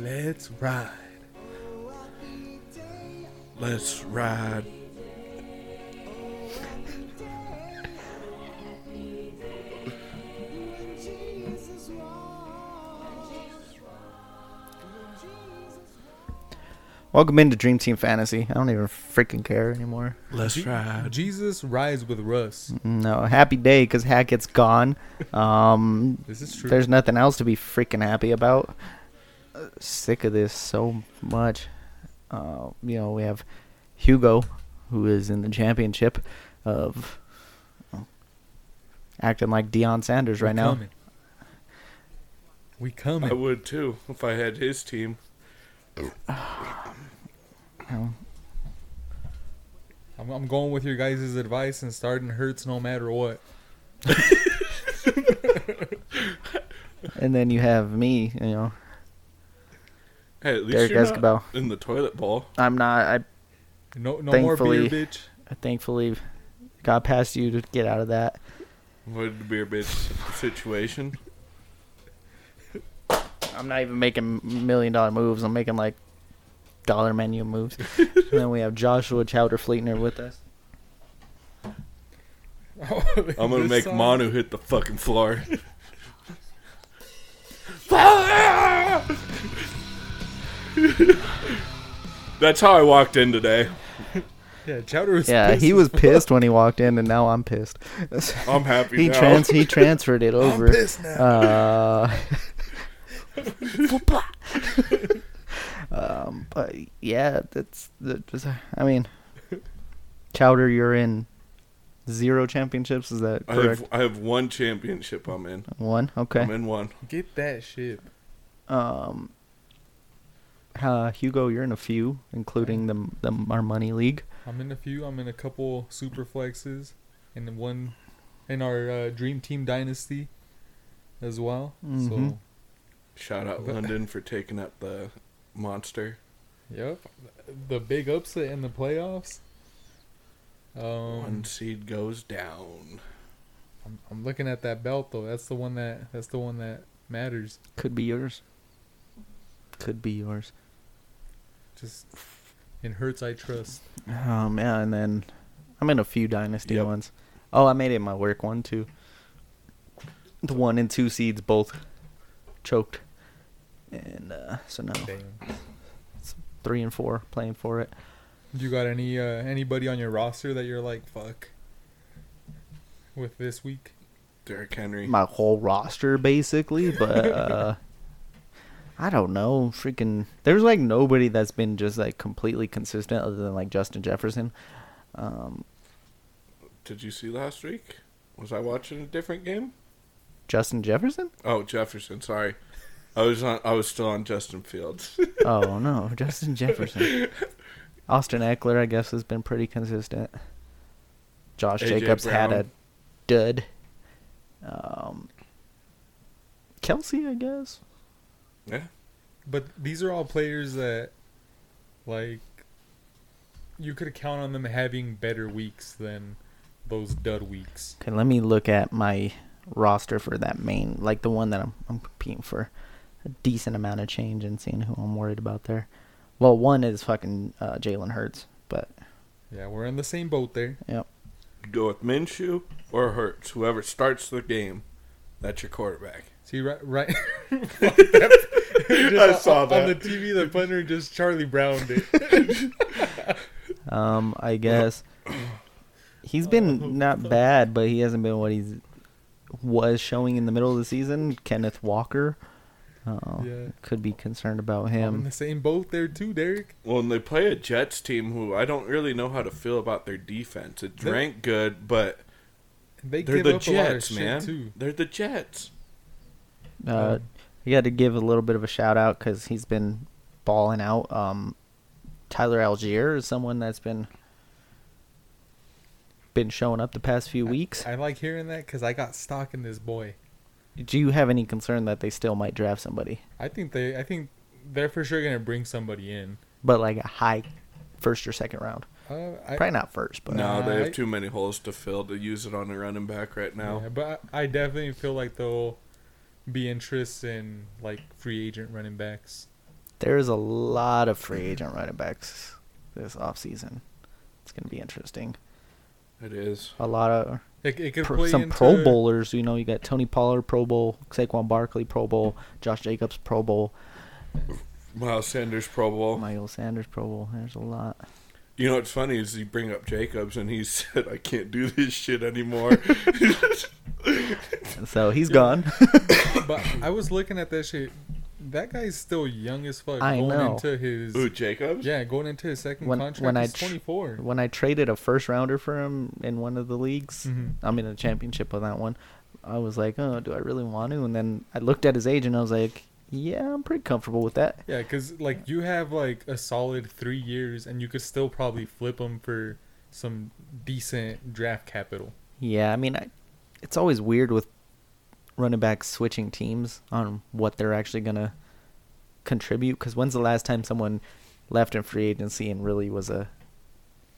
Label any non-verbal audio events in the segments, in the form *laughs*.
Let's ride. Let's ride. Welcome into Dream Team Fantasy. I don't even freaking care anymore. Let's Je- ride. Jesus rides with Russ. No, happy day because Hackett's gone. Um, This is true. there's nothing else to be freaking happy about. Uh, Sick of this so much. Uh, you know, we have Hugo, who is in the championship of oh, acting like Deion Sanders We right now. coming. We coming. I would too if I had his team. I'm, I'm going with your guys' advice and starting hurts no matter what. And then you have me, you know, Hey, at least Derek you're not Escobar. in the toilet bowl. I'm not, I No, no more Thankfully- beer, bitch. I thankfully got past you to get out of that. Avoid the beer bitch *laughs* situation. I'm not even making million dollar moves. I'm making like dollar menu *laughs* moves. and then we have Joshua Chowder Fleetner with us. *laughs* I'm gonna This make song- Manu hit the fucking floor. *laughs* That's how I walked in today. Yeah, Chowder was Yeah, he pissed. was pissed when he walked in, and now *laughs* I'm pissed. I'm happy he now. trans he *laughs* transferred it I'm over. pissed now. Uh, *laughs* um, but yeah, that's that was- I mean, Chowder, you're in zero championships. Is that I correct? have I have one championship I'm in. One. Okay. I'm in one. Get that shit. Um, uh, Hugo, you're in a few, including the the our money league. I'm in a few. I'm in a couple super flexes, and then one in our uh, dream team dynasty as well. So, Mhm. Shout out London for taking up the monster. yep, the big upset in the playoffs. Um, One seed goes down. I'm, I'm looking at that belt though. That's the one that that's the one that matters. Could be yours. Could be yours. Just in hurts I trust. Um, yeah, and then I'm in a few dynasty Yep. ones. Oh, I made it my work one too. The one and two seeds both choked, and uh, so now Damn. three and four playing for it. You got any uh, anybody on your roster that you're like fuck with this week? Derrick Henry. My whole roster basically, but uh, I don't know. Freaking, there's like nobody that's been just like completely consistent other than like Justin Jefferson. Um, Did you see last week? Was I watching a different game? Justin Jefferson? Oh, Jefferson. Sorry, I was on. I was still on Justin Fields. *laughs* Oh no, Justin Jefferson. Austin Eckler, I guess, has been pretty consistent. Josh A.J. Jacobs had a Brown. dud. Um, Kelsey, I guess. yeah. But these are all players that, like, you could count on them having better weeks than those dud weeks. Okay, let me look at my roster for that main, like the one that I'm I'm competing for a decent amount of change and seeing who I'm worried about there. Well, one is fucking uh, Jalen Hurts, but Yeah, we're in the same boat there. yep. You go with Minshew or Hurts. Whoever starts the game, that's your quarterback. See, right, right. *laughs* I saw on the that. TV. The punter just Charlie Browned it. *laughs* Um, I guess he's been not bad, but he hasn't been what he's was showing in the middle of the season. Kenneth Walker, uh, Yeah. could be concerned about I'm in him. the same boat there too, Derek. Well, and they play a Jets team who I don't really know how to feel about their defense. It They're- drank good, but They they're give the up a lot of Jets, shit man. too. They're the Jets. Uh, we got to give a little bit of a shout out because he's been balling out. Um, Tyler Algier is someone that's been been showing up the past few weeks. I like hearing that because I got stock in this boy. Do you have any concern that they still might draft somebody, I think they. I think they're for sure gonna bring somebody in. but like a high first or second round? Uh, I, Probably not first, but No, they I- have too many holes to fill to use it on a running back right now. Yeah, but I I definitely feel like there'll be interest in like free agent running backs. There's a lot of free agent running backs this offseason. It's going to be interesting. It is. A lot of It, it could pro, play some into, Pro Bowlers. You know, you got Tony Pollard Pro Bowl, Saquon Barkley Pro Bowl, Josh Jacobs Pro Bowl, Miles Sanders Pro Bowl. Michael Sanders Pro Bowl. There's a lot. You know what's funny is you bring up Jacobs and he *laughs* said, "I can't do this *laughs* shit anymore." *laughs* *laughs* So he's gone. But I was looking at that shit. That guy's still young as fuck. I going know. into his Ooh, Jacobs. yeah, going into his second When- contract. when I he's tr- 24. *laughs* when I traded a first rounder for him in one of the leagues, Mhm. I'm in a championship on that one. I was like, oh, do I really want to? And then I looked at his age and I was like, yeah, I'm pretty comfortable with that. Yeah, because like you have like a solid three years, and you could still probably flip him for some decent draft capital. Yeah, I mean, I, it's always weird with running backs switching teams on what they're actually going to contribute. Because when's the last time someone left in free agency and really was a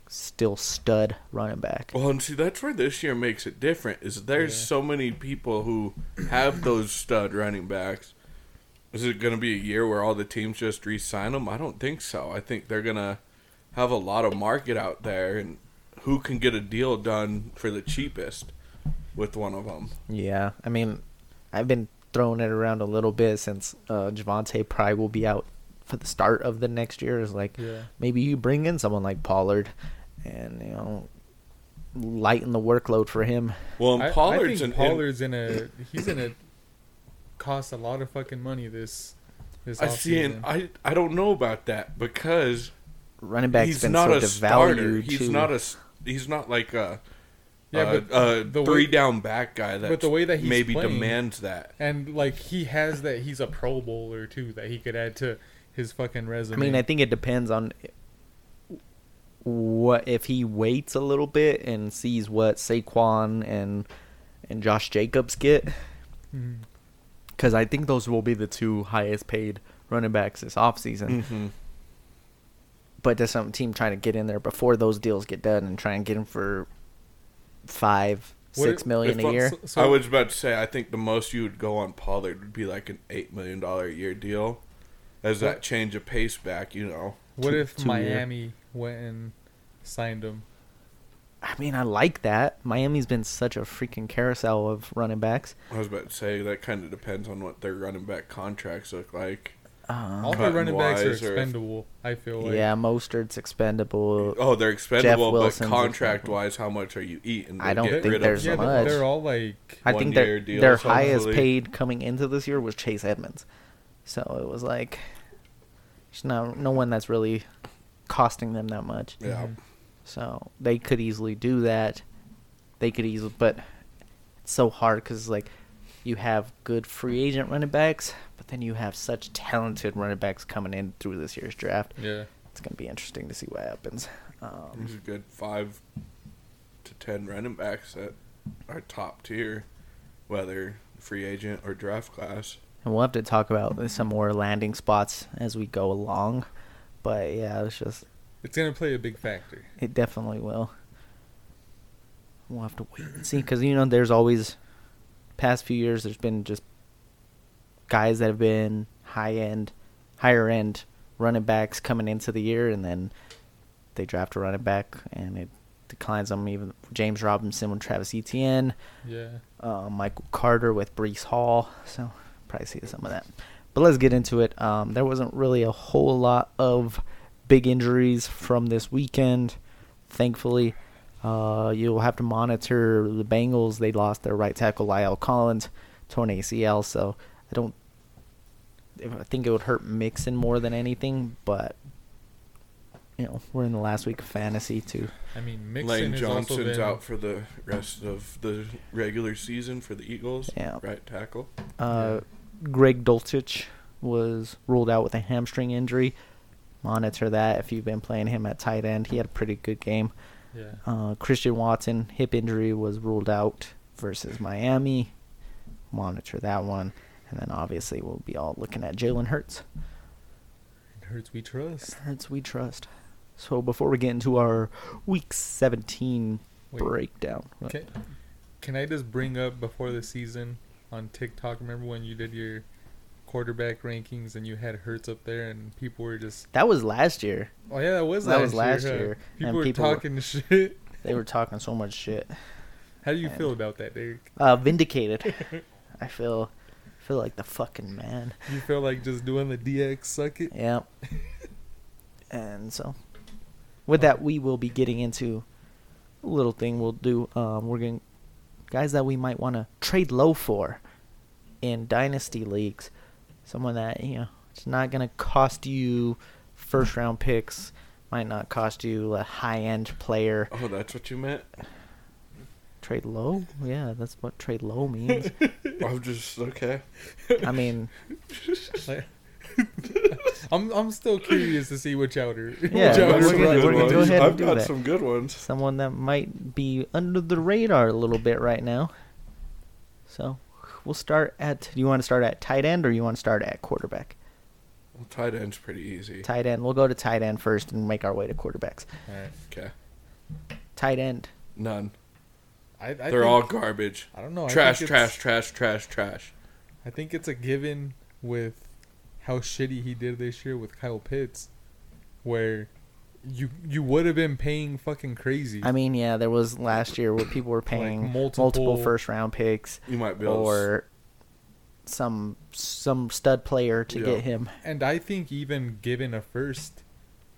still stud running back? Well, and see, that's where this year makes it different. Is there's Yeah. so many people who have those stud running backs. Is it going to be a year where all the teams just re-sign them? I don't think so. I think they're going to have a lot of market out there, and who can get a deal done for the cheapest with one of them? Yeah, I mean, I've been throwing it around a little bit since uh, Javante probably will be out for the start of the next year. Is like Yeah. maybe you bring in someone like Pollard, and you know, lighten the workload for him. Well, and I, I Um, Pollard's think an Pollard's in a he's in a cost a lot of fucking money this this I see, offseason. and I I don't know about that because Running back's he's been not so a devalued starter. He's too. not a s- he's not like a Yeah, uh, but uh, the way- three down back guy that but the way that he's maybe playing- demands that. and like he has that he's a Pro Bowler too that he could add to his fucking resume. I mean, I think it depends on what if he waits a little bit and sees what Saquon and and Josh Jacobs get. Mhm. because I think those will be the two highest paid running backs this offseason. Mm-hmm. Mhm. But does some team try to get in there before those deals get done and try and get them for five, What six if- million if I'm a year? so, so- I was about to say, I think the most you would go on Pollard would be like an eight million dollar a year deal, as that change of pace back. You know, what two- if two year. Miami went and signed him? I mean, I like that. Miami's been such a freaking carousel of running backs. I was about to say that kind of depends on what their running back contracts look like. Um, All the Cotton running backs are Wise or- expendable. I feel like yeah, Mostert's expendable. Oh, they're expendable, but Wilson's contract wise, how much are you eating? I don't get think rid there's of yeah, some of much. them? they're all like I think one-year their deals, their highest hopefully. paid coming into this year was Chase Edmonds, so it was like there's no no one that's really costing them that much. Yeah. So they could easily do that. They could easily, but it's so hard because like you have good free agent running backs, but then you have such talented running backs coming in through this year's draft. yeah. It's gonna be interesting to see what happens. Um, There's a good five to ten running backs that are top tier, whether free agent or draft class. and we'll have to talk about some more landing spots as we go along. But yeah, it's just It's gonna play a big factor. It definitely will. We'll have to wait and see because you know there's always past few years there's been just guys that have been high end, higher end running backs coming into the year and then they draft a running back and it declines them. Even James Robinson with Travis Etienne, Yeah. uh, Michael Carter with Brees Hall. So probably see some of that. But let's get into it. Um, there wasn't really a whole lot of big injuries from this weekend, thankfully. Uh, you'll have to monitor the Bengals. They lost their right tackle Lyle Collins, torn ACL. So I don't. I think it would hurt Mixon more than anything, but you know we're in the last week of fantasy too. I mean, Mixon Lane has also Johnson's been out for the rest of the regular season for the Eagles. Yeah. Right tackle. Uh, Greg Dulcich was ruled out with a hamstring injury. Monitor that if you've been playing him at tight end. He had a pretty good game. yeah. Uh, Christian Watson, hip injury, was ruled out versus Miami. Monitor that one. And then obviously we'll be all looking at Jalen Hurts. It hurts we trust. Hurts we trust. So before we get into our week 17 Wait. breakdown. Can, can I just bring up before the season on TikTok? Remember when you did your quarterback rankings, and you had Hertz up there, and people were just, That was last year. oh yeah, that was That was last huh? year, People and were people were- talking *laughs* shit. They were talking so much shit. How do you And- feel about that, Derek? Uh, vindicated. I feel, feel like the fucking man. You feel like just doing the DX suck it? Yep. and so, with that, we will be getting into a little thing we'll do. Um, we're going guys that we might want to trade low for in dynasty leagues. Someone that you know it's not going to cost you first round picks. Might not cost you a high end player. Oh, that's what you meant. Trade low? Yeah, that's what trade low means. I'm just okay. I mean, *laughs* I'm I'm still curious to see which outer. Yeah, which we're outer's gonna- right. we're gonna go ahead and I've do got that. some good ones. someone that might be under the radar a little bit right now. So we'll start at. Do you want to start at tight end or you want to start at quarterback? Well, tight end's pretty easy. Tight end. We'll go to tight end first and make our way to quarterbacks. Alright. Okay, Tight end. none. I, I They're think- all garbage. I don't know. I trash, think trash, it's- trash, trash, trash. I think it's a given with how shitty he did this year with Kyle Pitts, where you you would have been paying fucking crazy. I mean, yeah, there was last year where people were paying multiple, multiple- first round picks You might be able to or some some stud player to Yeah. get him. and I think even giving a first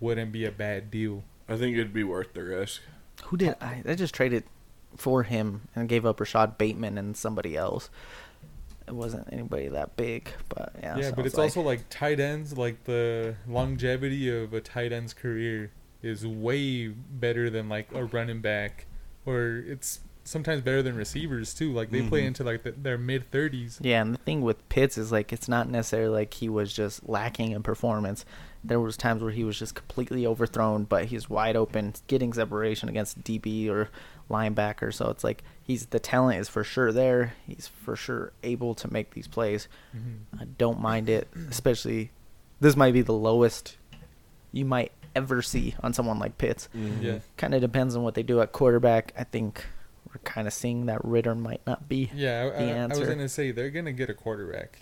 wouldn't be a bad deal. I think it'd be worth the risk. Who did I? I just traded for him and gave up Rashad Bateman and somebody else. It wasn't anybody that big, but yeah. yeah, so but it's like- also like tight ends, like the longevity of a tight end's career is way better than like a running back, or it's sometimes better than receivers too. Like they play Mhm. into like the, their mid thirties. Yeah, and the thing with Pitts is like it's not necessarily like he was just lacking in performance. There was times where he was just completely overthrown, but he's wide open, getting separation against DB or linebacker. So it's like he's the talent is for sure there. He's for sure able to make these plays. Mm-hmm. I don't mind it, especially this might be the lowest you might ever see on someone like Pitts. Mm-hmm. Yeah, Kind of depends on what they do at quarterback. I think we're kind of seeing that Ritter might not be. yeah. I, I, The I was answer. gonna say they're gonna get a quarterback.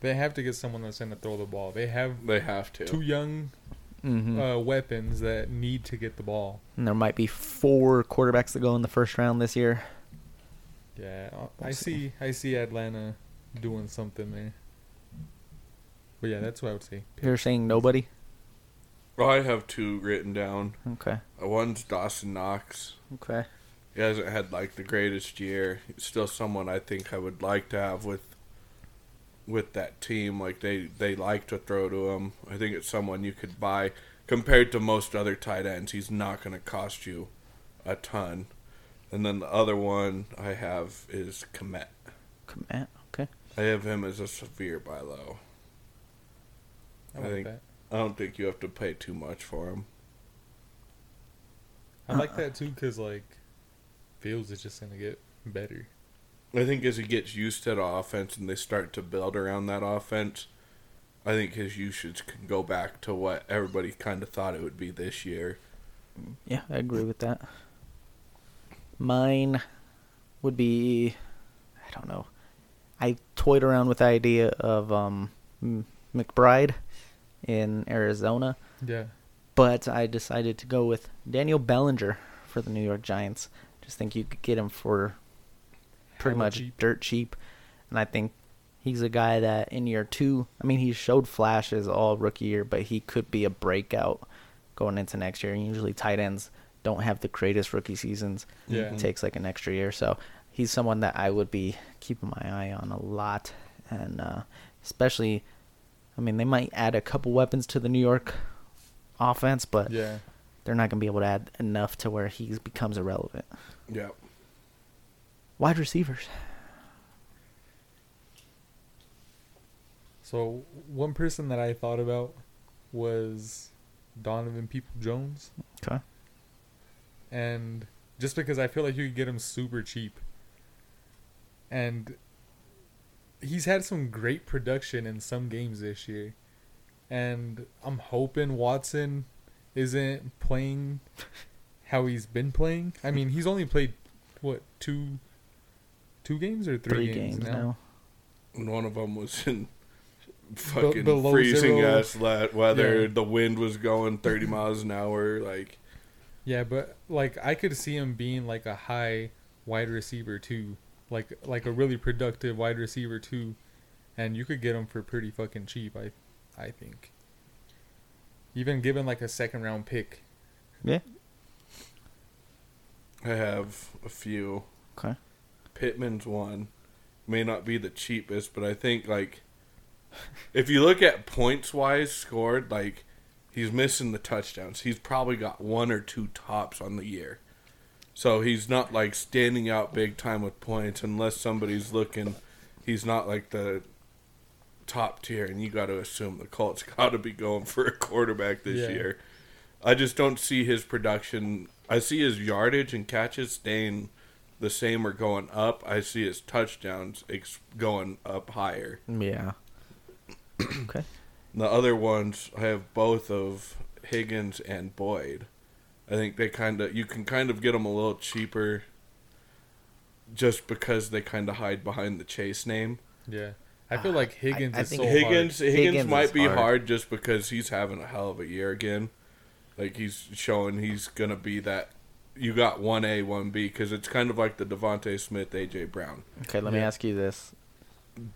They have to get someone that's gonna throw the ball. They have They have to. two young Mm-hmm. uh, weapons that need to get the ball. And there might be four quarterbacks that go in the first round this year. Yeah, I- I We'll see. see. I see Atlanta doing something there. But yeah, that's what I would say. You're saying nobody? I have two written down. Okay. Uh, One's Dawson Knox. Okay. He hasn't had like the greatest year. He's still someone I think I would like to have with with that team. Like they they like to throw to him. I think it's someone you could buy compared to most other tight ends. He's not going to cost you a ton. And then the other one I have is Komet. Command. Okay. I have him as a severe buy low. I, I like think- that. I don't think you have to pay too much for him. I like that too because like Fields is just gonna get better. I think as he gets used to the offense and they start to build around that offense, I think his usage can go back to what everybody kind of thought it would be this year. Yeah, I agree with that. Mine would be I don't know. I toyed around with the idea of um M- McBride in Arizona, Yeah, but I decided to go with Daniel Bellinger for the New York Giants. Just think you could get him for pretty Hella much cheap. dirt cheap. And I think he's a guy that in year two, I mean, he showed flashes all rookie year, but he could be a breakout going into next year. And usually tight ends don't have the greatest rookie seasons. Yeah. It takes like an extra year. So he's someone that I would be keeping my eye on a lot. And uh, especially, I mean, they might add a couple weapons to the New York offense, but yeah. they're not going to be able to add enough to where he becomes irrelevant. Yeah. Wide receivers. So one person that I thought about was Donovan People Jones, Okay. and just because I feel like you could get him super cheap, and he's had some great production in some games this year, and I'm hoping Watson isn't playing how he's been playing. I mean, he's only played what two, two games or three, games, now. And one of them was in fucking below freezing zero. ass la- weather. Yeah. The wind was going 30 miles an hour. Like, Yeah, but like I could see him being like a high wide receiver too, like like a really productive wide receiver too, and you could get him for pretty fucking cheap. I, I think. Even given like a second round pick, I have a few. Okay. Pittman's one may not be the cheapest, but I think like if you look at points wise scored, like he's missing the touchdowns. He's probably got one or two tops on the year. So he's not like standing out big time with points unless somebody's looking. He's not like the top tier, and you got to assume the Colts *laughs* got to be going for a quarterback this Yeah. year. I just don't see his production. I see his yardage and catches staying the same or going up. I see his touchdowns ex- going up higher. Yeah. The other ones, I have both of Higgins and Boyd. I think they kind of you can kind of get them a little cheaper, just because they kind of hide behind the Chase name. yeah, I feel Ah, like I- Higgins I is think so Higgins, Higgins Higgins is might be hard. hard. just because he's having a hell of a year again. Like he's showing he's gonna be that. You got one A, one B because it's kind of like the Devonte Smith, AJ Brown. Okay, let me Yeah. ask you this.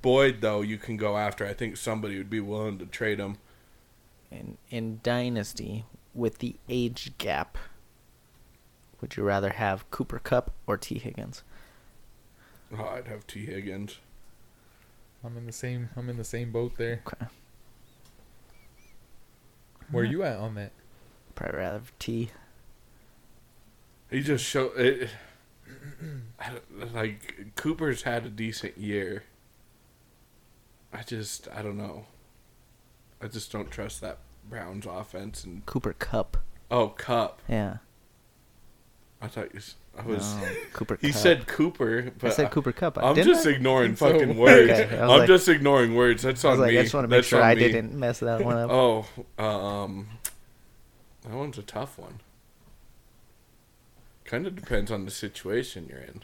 Boyd though, you can go after. I think somebody would be willing to trade him. In in Dynasty, with the age gap, would you rather have Cooper Cup or T. Higgins? Oh, I'd have T Higgins. Hard. I'm in the same. I'm in the same boat there. Okay. Where Mm-hmm. you at on that? Probably rather have T. He just show it. *clears throat* I don't- like Cooper's had a decent year. I just I don't know. I just don't trust that Browns offense and Cooper Cup. oh Cup. Yeah. I thought you. s- I was. No, Cooper He Cup. said Cooper, but I I said Cooper Cup. am didn't just I? ignoring So- fucking words. *laughs* Okay, I I'm was like- just ignoring words. That's I on was like, me. I just want to make That's sure on I me. didn't mess that *laughs* one up. Oh, um, that one's a tough one. Kind of depends on the situation you're in.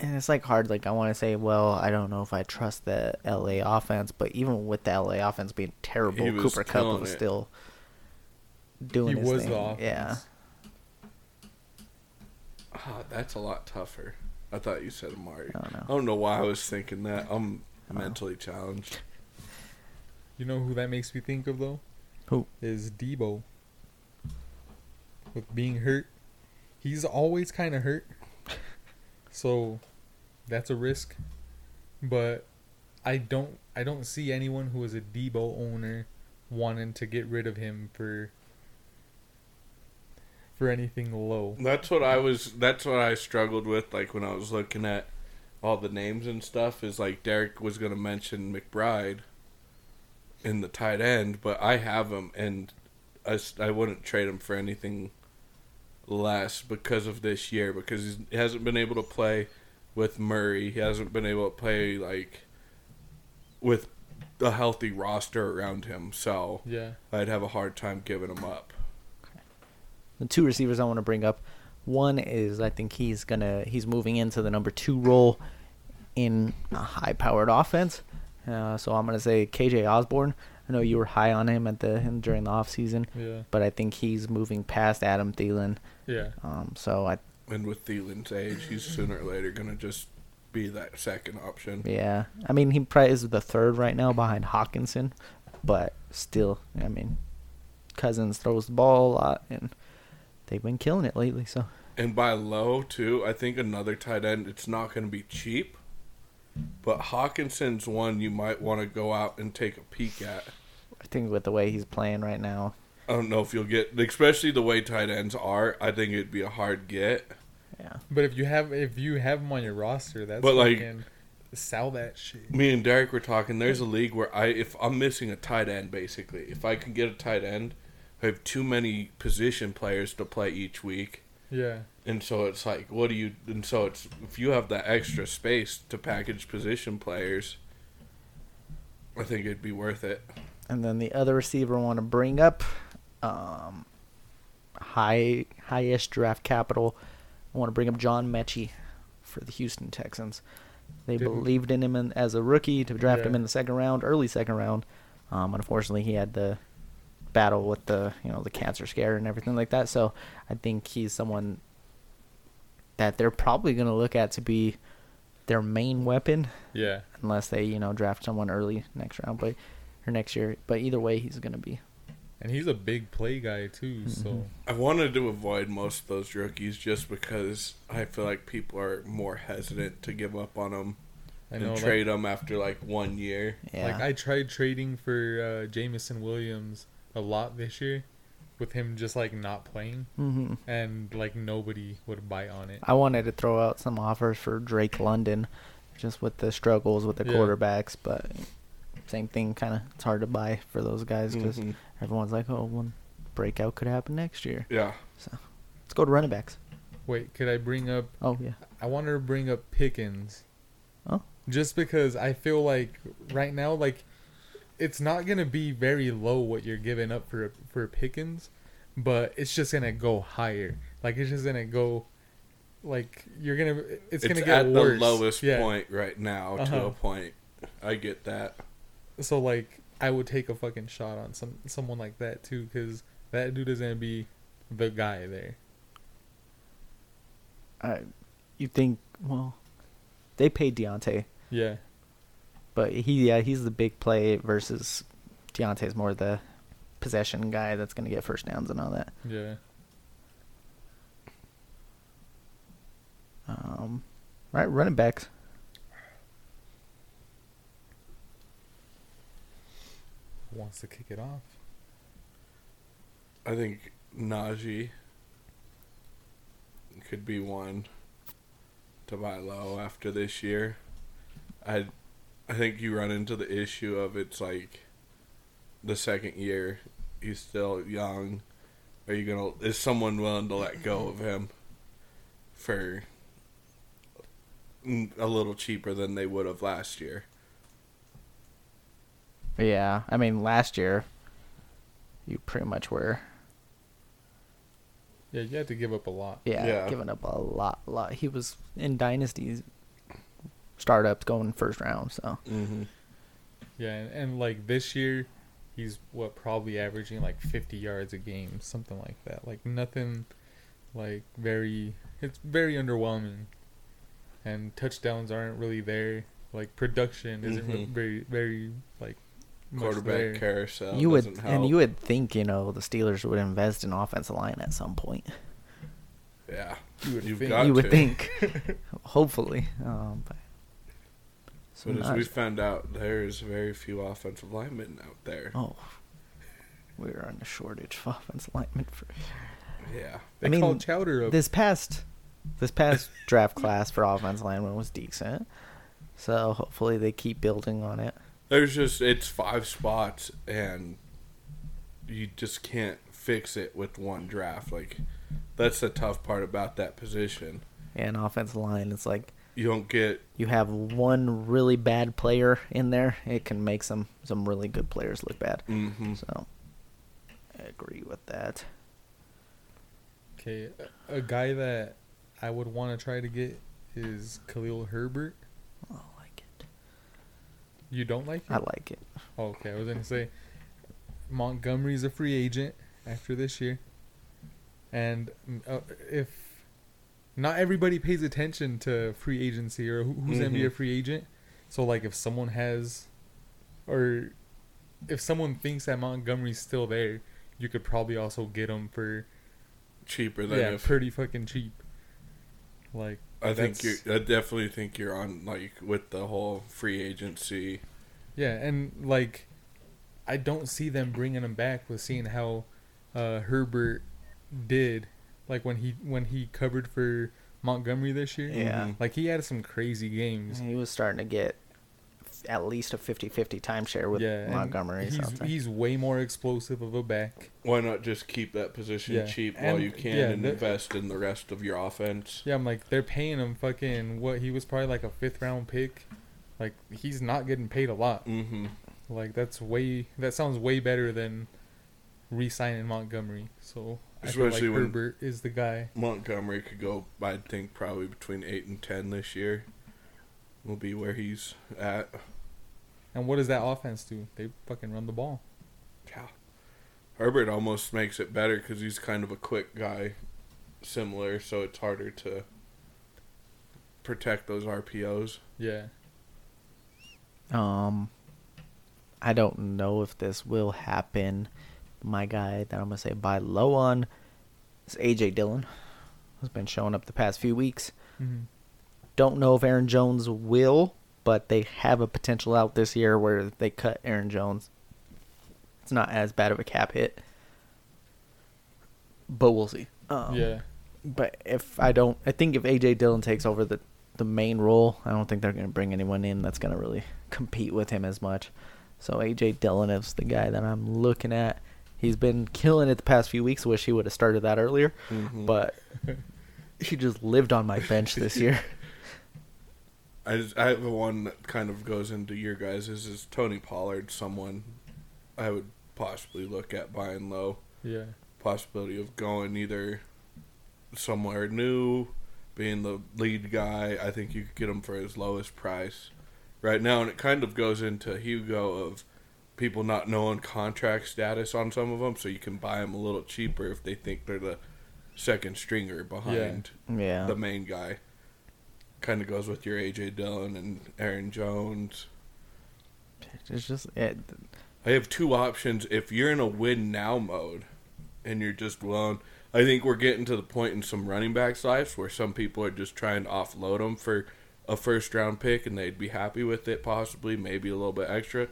and it's like hard. Like I want to say, well, I don't know if I trust the LA offense, but even with the LA offense being terrible, He was Cooper Cup killing was it. still doing he his was thing. the offense. Yeah, Ah, that's a lot tougher. I thought you said Amari. I don't know. I don't know why I was thinking that. I'm Oh. mentally challenged. You know who that makes me think of though? Who? Is Debo. With being hurt. He's always kind of hurt. So that's a risk. But I don't I don't see anyone who is a Debo owner wanting to get rid of him for for anything low. That's what I was. That's what I struggled with. Like when I was looking at all the names and stuff, is like Derek was going to mention McBride in the tight end, but I have him, and I, s- I wouldn't trade him for anything less because of this year because he's, he hasn't been able to play with Murray. He hasn't been able to play like with a healthy roster around him. So Yeah. I'd have a hard time giving him up. the two receivers I want to bring up. One is I think he's gonna he's moving into the number two role in a high-powered offense. Uh, so I'm gonna say KJ Osborne. I know you were high on him at the during the offseason, Yeah. but I think he's moving past Adam Thielen. Yeah. Um, so I And with Thielen's age, he's sooner or later going to just be that second option. Yeah, I mean he probably is the third right now behind Hawkinson, but still, I mean, Cousins throws the ball a lot, and they've been killing it lately. So And by low, too, I think another tight end, it's not going to be cheap. But Hawkinson's one you might want to go out and take a peek at. I think with the way he's playing right now, I don't know if you'll get, especially the way tight ends are, I think it'd be a hard get. yeah, But if you have if you have him on your roster, that's But, like- fucking sell that shit. Me and Derek were talking, there's a league where I, if I'm missing a tight end, basically, if I can get a tight end, I have too many position players to play each week. Yeah. And so it's like, what do you? And so it's if you have that extra space to package position players, I think it'd be worth it. and then the other receiver I want to bring up, um, high highest draft capital. I want to bring up John Mechie for the Houston Texans. They Didn't- believed in him in, as a rookie to draft him Yeah. in the second round, early second round. Um, unfortunately, he had the battle with the you know the cancer scare and everything like that. So I think he's someone that they're probably going to look at to be their main weapon Yeah. unless they you know draft someone early next round, but or next year. But either way, he's going to be And he's a big play guy too, so I wanted to avoid most of those rookies just because I feel like people are more hesitant to give up on them I and know trade 'em like, trade them after like one year. yeah. like I tried trading for uh Jamison Williams a lot this year with him just like not playing hmm and like nobody would bite on it. I wanted to throw out some offers for Drake London, just with the struggles with the Yeah. quarterbacks, but same thing. Kind of, it's hard to buy for those guys because Mhm. Mm-hmm. everyone's like, "Oh, one breakout could happen next year." Yeah, Let's go to running backs. Wait, could I bring up Oh yeah, I wanted to bring up Pickens. Oh. Just because I feel like right now, like it's not gonna be very low what you're giving up for for Pickens, but it's just gonna go higher. Like it's just gonna go, like you're gonna it's, it's, gonna get at worse. the lowest Yeah. point right now to Uh-huh. a point. I get that. So like I would take a fucking shot on some someone like that too, because that dude is gonna be the guy there. I, you think? Well, they paid Deontay, Yeah, but he yeah he's the big play versus Deontay's more the possession guy that's gonna get first downs and all that. yeah. Um, right, running backs. Who wants to kick it off? I think Najee could be one to buy low after this year. I I think you run into the issue of it's like the second year, he's still young. Are you gonna is someone willing to let go of him for mm, a little cheaper than they would have last year? Yeah, I mean last year, you pretty much were Yeah, you have to give up a lot. yeah, Yeah. giving up a lot, lot. He was in dynasties, startups going first round. So Mm-hmm. Yeah, and, and like this year, he's what probably averaging like 50 yards a game, something like that. Like nothing, like very. It's very underwhelming, and touchdowns aren't really there. Like production isn't re- Mhm. very, very like much there. Quarterback carousel. you would doesn't and help. you would think you know the Steelers would invest in offensive line at some point. yeah. You would You've think. got- you would to. think, *laughs* hopefully. Um, but so But as we Naj- found out, there's very few offensive linemen out there. oh, we were on a shortage of offensive linemen for Yeah. They I mean, call Chowder up. this past this *laughs* past draft class for offense lineman was decent. So hopefully they keep building on it. There's just, it's five spots, and you just can't fix it with one draft. Like, that's the tough part about that position. And offensive line, it's like You don't get, you have one really bad player in there, it can make some some really good players look bad. hmm So I agree with that. Okay, a a guy that I would want to try to get is Khalil Herbert. I like it. You don't like him? I like it. Okay, I was gonna say Montgomery's a free agent after this year, and mm, uh, if not everybody pays attention to free agency or who, who's gonna be a Mhm. free agent, so like if someone has, or if someone thinks that Montgomery's still there, you could probably also get him for cheaper than yeah, if. pretty fucking cheap. Like I think that's- you're, I definitely think you're on, like, with the whole free agency. Yeah, and like, I don't see them bringing him back with seeing how uh, Herbert did, like when he when he covered for Montgomery this year. Mm-hmm. Yeah. Like he had some crazy games. He was starting to get f- at least a 50-50 timeshare with yeah, and Montgomery. so He's, it's like- he's way more explosive of a back. Why not just keep that position Yeah, cheap and- while you can yeah, and the- invest in the rest of your offense? Yeah, I'm like they're paying him fucking what he was probably like a fifth round pick. Like he's not getting paid a lot. hmm. Like that's way that sounds way better than re-signing Montgomery. So I feel like Especially when- Herbert is the guy. Montgomery could go, I think, probably between eight and ten this year. will be where he's at. And what does that offense do? They fucking run the ball. Yeah. Herbert almost makes it better because he's kind of a quick guy, similar, so it's harder to protect those RPOs. Yeah. Um, I don't know if this will happen. My guy that I'm gonna say buy low on is AJ Dillon, who's been showing up the past few weeks. Mm-hmm. Don't know if Aaron Jones will, but they have a potential out this year where they cut Aaron Jones. It's not as bad of a cap hit, but we'll see. Um, yeah. But if I don't, I think if AJ Dillon takes over the the main role, I don't think they're going to bring anyone in that's going to really compete with him as much. So AJ Dillon is the guy that I'm looking at. He's been killing it the past few weeks. Wish he would have started that earlier, Mm. Mm-hmm. *laughs* but he just lived on my bench this year. I, just, I have one that kind of goes into your guys' is Tony Pollard, someone I would possibly look at buying low. Yeah. possibility of going either somewhere new, being the lead guy. I think you could get him for his lowest price right now, and it kind of goes into Hugo of people not knowing contract status on some of them, so you can buy them a little cheaper if they think they're the second stringer behind Yeah, *laughs* the main guy. Kind of goes with your AJ Dillon and Aaron Jones. it's just it, I have two options. If you're in a win now mode and you're just blown, I think we're getting to the point in some running backs' lives where some people are just trying to offload them for a first round pick and they'd be happy with it, possibly, maybe a little bit extra.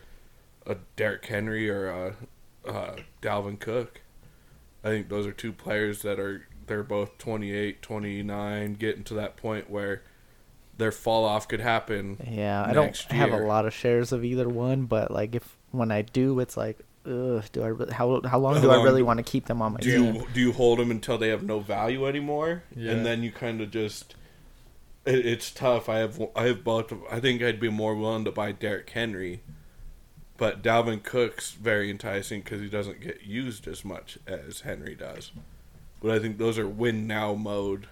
A Derrick Henry or a, uh Dalvin Cook. I think those are two players that are, they're both 28, 29, getting to that point where their fall off could happen. yeah. I don't next have a year. lot of shares of either one, but like if when I do, it's like, ugh, do I really, how how long How do I long really want to keep them on my do team? you do you hold them until they have no value anymore Yeah. and then you kind of just it, it's tough i have i have both of- i think i'd be more willing to buy Derrick henry but dalvin cook's very enticing because he doesn't get used as much as henry does but i think those are win now mode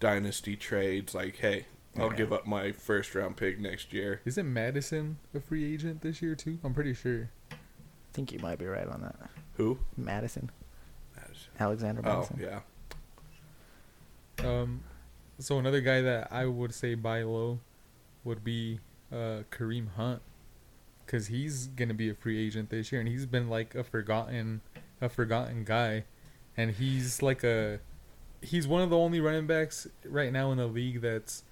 dynasty trades like hey i'll Yeah. give up my first round pick next year Isn't Madison a free agent this year too? I'm pretty sure. I think you might be right on that. who Madison, Alexander oh Madison. yeah Um, so another guy that I would say buy low would be uh, Kareem Hunt, because he's gonna be a free agent this year, and he's been like a forgotten, a forgotten guy, and he's like a, he's one of the only running backs right now in the league that's,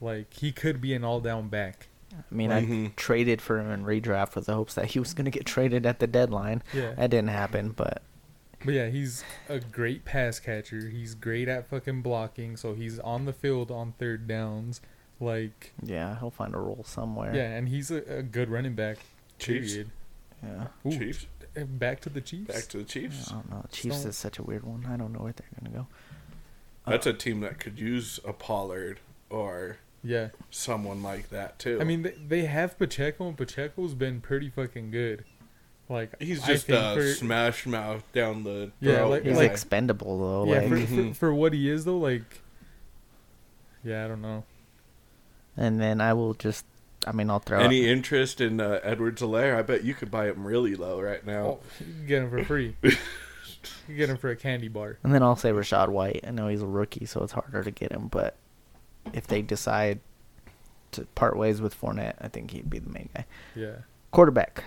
like he could be an all down back. I mean, I Mhm. traded for him in redraft with the hopes that he was going to get traded at the deadline. Yeah. That didn't happen, but But yeah, he's a great pass catcher. He's great at fucking blocking, so he's on the field on third downs. Like yeah, he'll find a role somewhere. yeah, and he's a, a good running back. Chiefs. Period. Yeah. Ooh, chiefs and Back to the Chiefs. back to the chiefs I don't know. Chiefs So- is such a weird one. I don't know where they're going to go. That's a team that could use a Pollard or yeah, someone like that too. I mean they, they have Pacheco, and Pacheco's been pretty fucking good. Like he's I just uh, think a for- smash mouth down the Yeah, throat like- He's guy. expendable, though. yeah like, for, for, Mhm. for what he is though. Like yeah, I don't know. And then I will just, I mean, I'll throw Any interest in uh, Edwards Alaire? I bet you could buy him really low right now. Oh, you can get him for *laughs* free. you can get him for a candy bar. And then I'll say Rashad White. I know he's a rookie, so it's harder to get him, but if they decide to part ways with Fournette, I think he'd be the main guy. Yeah. Quarterback.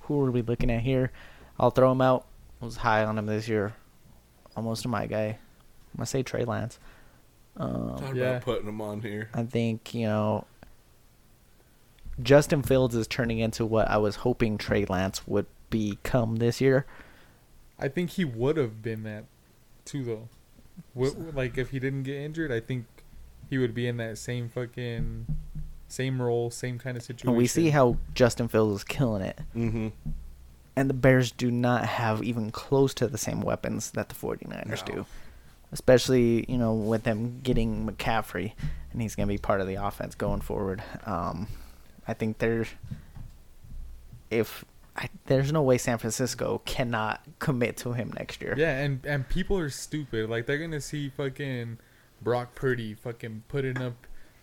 Who are we looking at here? I'll throw him out. I was high on him this year. Almost to my guy. I'm going to say Trey Lance. Um, Thought Oh, yeah. about putting him on here. I think, you know, Justin Fields is turning into what I was hoping Trey Lance would become this year. I think he would have been that too, though. What, like if he didn't get injured, I think he would be in that same fucking same role, same kind of situation. And we see how Justin Fields is killing it. Mm-hmm. and the Bears do not have even close to the same weapons that the 49ers No. do. Especially, you know, with them getting McCaffrey and he's going to be part of the offense going forward. Um, I think there's if I, there's no way San Francisco cannot commit to him next year. Yeah, and and people are stupid. Like they're gonna see fucking Brock Purdy fucking putting up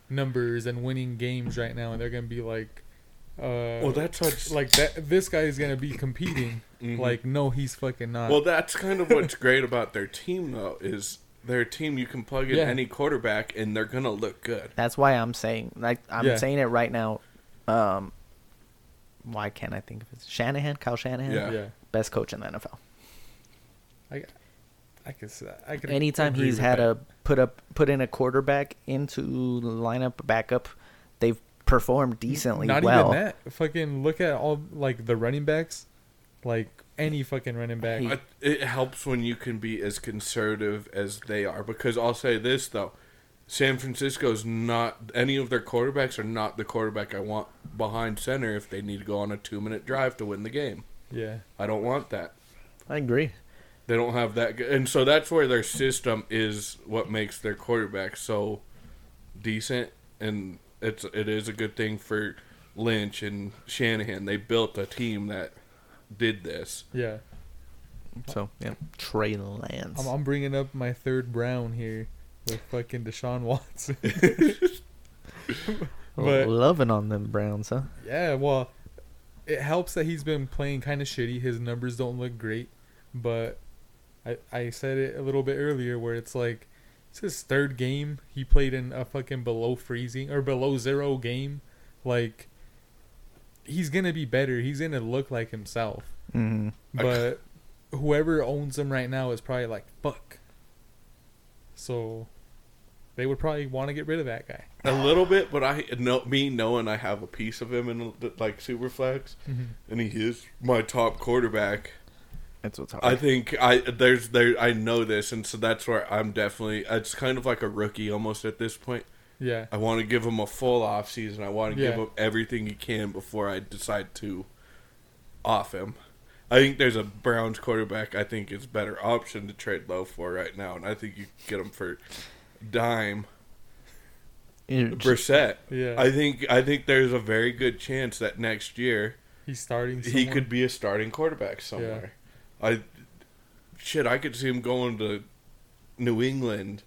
numbers and winning games right now, and they're gonna be like, uh, Well, that's what's like that. This guy is gonna be competing. Mhm. Like, no, he's fucking not. Well, that's kind of what's great about their team, though, is their team. You can plug in Yeah. any quarterback, and they're gonna look good. That's why I'm saying like I'm Yeah. saying it right now. Um, why can't I think of it? Shanahan, Kyle Shanahan, Yeah. yeah, best coach in the NFL. I, I could, s- I could. Anytime agree he's with had that. a put up put in a quarterback into the lineup backup, they've performed decently Not well. even that. Fucking look at all like the running backs, like any fucking running back. He- It- It helps when you can be as conservative as they are. Because I'll say this though, San Francisco's not any of their quarterbacks are not the quarterback I want behind center if they need to go on a two minute drive to win the game. yeah, I don't want that. I agree. They don't have that, g- and so that's where their system is what makes their quarterback so decent, and it's it is a good thing for Lynch and Shanahan. They built a team that did this. yeah. So yeah, Trey I'm, Lance. I'm bringing up my third Brown here with fucking Deshaun Watson. *laughs* but- loving on them Browns, huh? yeah, well, it helps that he's been playing kind of shitty. His numbers don't look great, but I I said it a little bit earlier where it's like it's his third game. He played in a fucking below freezing or below zero game. Like he's gonna be better. He's gonna look like himself. Mm. I- But whoever owns them right now is probably like, fuck. So they would probably want to get rid of that guy. A little bit, but I know me knowing I have a piece of him in like Superflex, and he is my top quarterback. That's what's hard. I think I there's there I know this, and so that's where I'm definitely. It's kind of like a rookie almost at this point. Yeah. I want to give him a full off season. I want to give Yeah. him everything he can before I decide to off him. I think there's a Browns quarterback I think is better option to trade low for right now, and I think you can get him for dime Brissett. Yeah. I think I think there's a very good chance that next year he's starting. he someone. could be a starting quarterback somewhere. I shit, I could see him going to New England.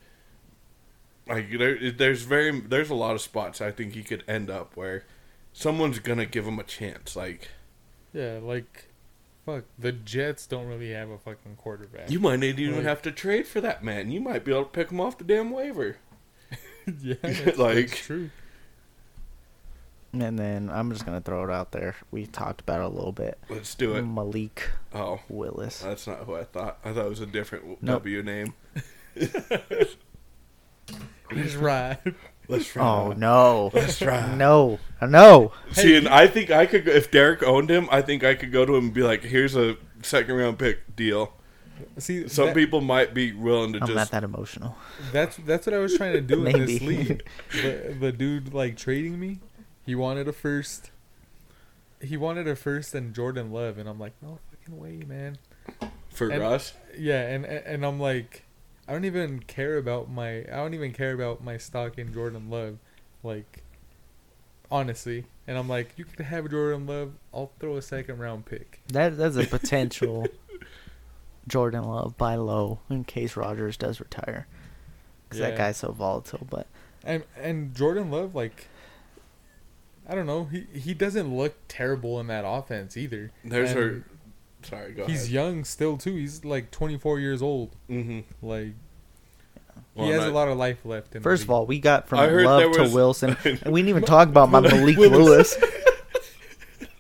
Like there, there's very there's a lot of spots I think he could end up where someone's gonna give him a chance. Like Yeah, like, fuck. The Jets don't really have a fucking quarterback. you might not even Right. have to trade for that man. You might be able to pick him off the damn waiver. *laughs* yeah, that's, *laughs* Like- that's true. and then I'm just gonna throw it out there. We talked about it a little bit. Let's do Mm. it. Malik Oh, Willis. that's not who I thought. I thought it was a different Nope. W *laughs* name. He's right. Let's try. Oh no. Let's try. *laughs* No. No. See, and I think I could. go- If Derek owned him, I think I could go to him and be like, "Here's a second round pick deal." *laughs* See, Some that- people might be willing to I'm not just. that emotional. That's that's what I was trying to do in this Maybe. league. The, the dude like trading me, he wanted a first. He wanted a first and Jordan Love, and I'm like, no fucking way, man. for and- Russ. Yeah, and and- and I'm like, I don't even care about my I don't even care about my stock in Jordan Love, like, honestly. And I'm like, you could have Jordan Love. I'll throw a second round pick. That that's a *laughs* potential Jordan Love by low in case Rogers does retire. Because Yeah. that guy's so volatile, but And and Jordan Love, like, I don't know, he he doesn't look terrible in that offense either. There's and her. Sorry, go He's ahead. young still too. He's like 24 years old. Mm-hmm. Like Well, he has I- a lot of life left. In first of the all, we got from I heard there Love to was- *laughs* Wilson. And we didn't even talk about my Malik Willis. league.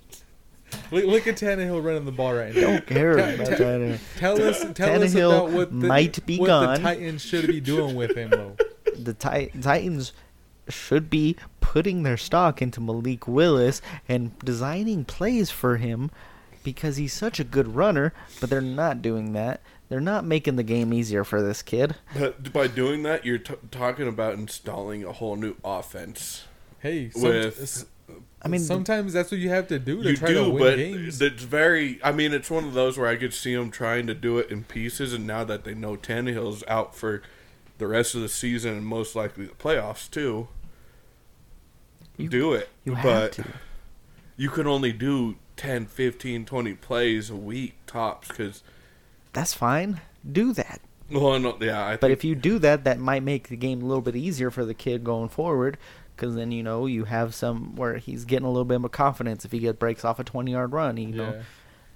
look, look at Tannehill running the ball right now. *laughs* Don't care Ta- about ta- that. Tell us, tell us Tannehill about what the, might be what gone. the Titans should be doing with him, though. The Ti- Titans should be putting their stock into Malik Willis and designing plays for him because he's such a good runner, but they're not doing that. They're not making the game easier for this kid. But by doing that, you're t- talking about installing a whole new offense. *laughs* Hey, some, With- s- I mean, sometimes that's what you have to do to You try do, to win but games. it's very. I mean, it's one of those where I could see him trying to do it in pieces, and now that they know Tannehill's out for the rest of the season and most likely the playoffs too, You- do it. you have but to. you can only do 10, 15, 20 plays a week tops because. That's fine. Do that. Well, no, yeah, I But think if you do that, that might make the game a little bit easier for the kid going forward. because then you know you have some where he's getting a little bit more confidence. If he get breaks off a twenty yard run, you know, Yeah.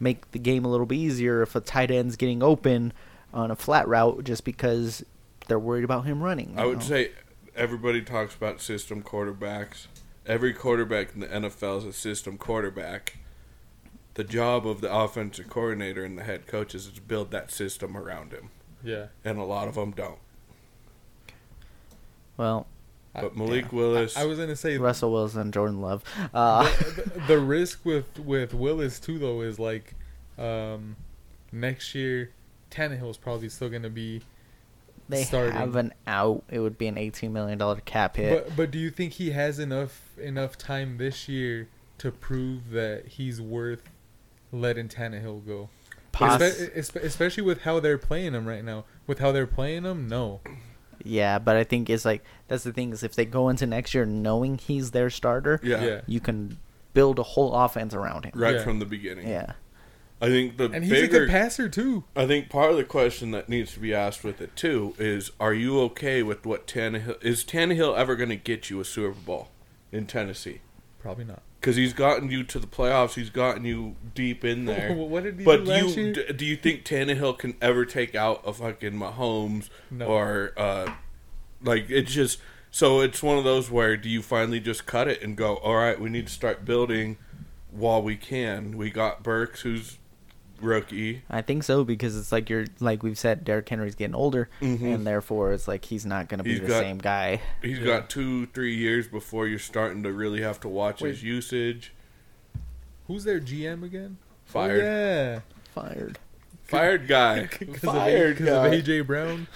make the game a little bit easier if a tight end's getting open on a flat route just because they're worried about him running. I you would know? say everybody talks about system quarterbacks. Every quarterback in the NFL is a system quarterback. The job of the offensive coordinator and the head coaches is to build that system around him, Yeah. and a lot of them don't. well, But Malik Willis, I was gonna say Russell Wilson, Jordan Love. Uh, the, the risk with with Willis too though is like um, next year Tannehill's probably still gonna be. *laughs* they starting. have an out. It would be an eighteen million dollar cap hit. But but do you think he has enough enough time this year to prove that he's worth letting Tannehill go? Poss- Espe- espe- especially with how they're playing him right now. With how they're playing him, no. yeah, but I think it's like that's the thing is if they go into next year knowing he's their starter, yeah, Yeah. you can build a whole offense around him. right Yeah. from the beginning. Yeah. I think the And he's a bigger good passer too. I think part of the question that needs to be asked with it too is: Are you okay with what Tannehill is? Tannehill ever going to get you a Super Bowl in Tennessee? Probably not. Because he's gotten you to the playoffs, he's gotten you deep *laughs* in there. what did he but do do last you year? d- do you think Tannehill can ever take out a fucking Mahomes No. or uh, like it's just so it's one of those where do you finally just cut it and go? All right, we need to start building while we can. We got Burks, who's rookie. I think so because it's like you're like we've said Derrick Henry's getting older Mhm. and therefore it's like he's not going to be He's the got- same guy. He's Yeah. got two, three years before you're starting to really have to watch his Wait. usage. Who's their GM again? Fired, Oh, yeah. *laughs* Fired. fired guy, Because of, A- fired 'cause guy. of AJ Brown.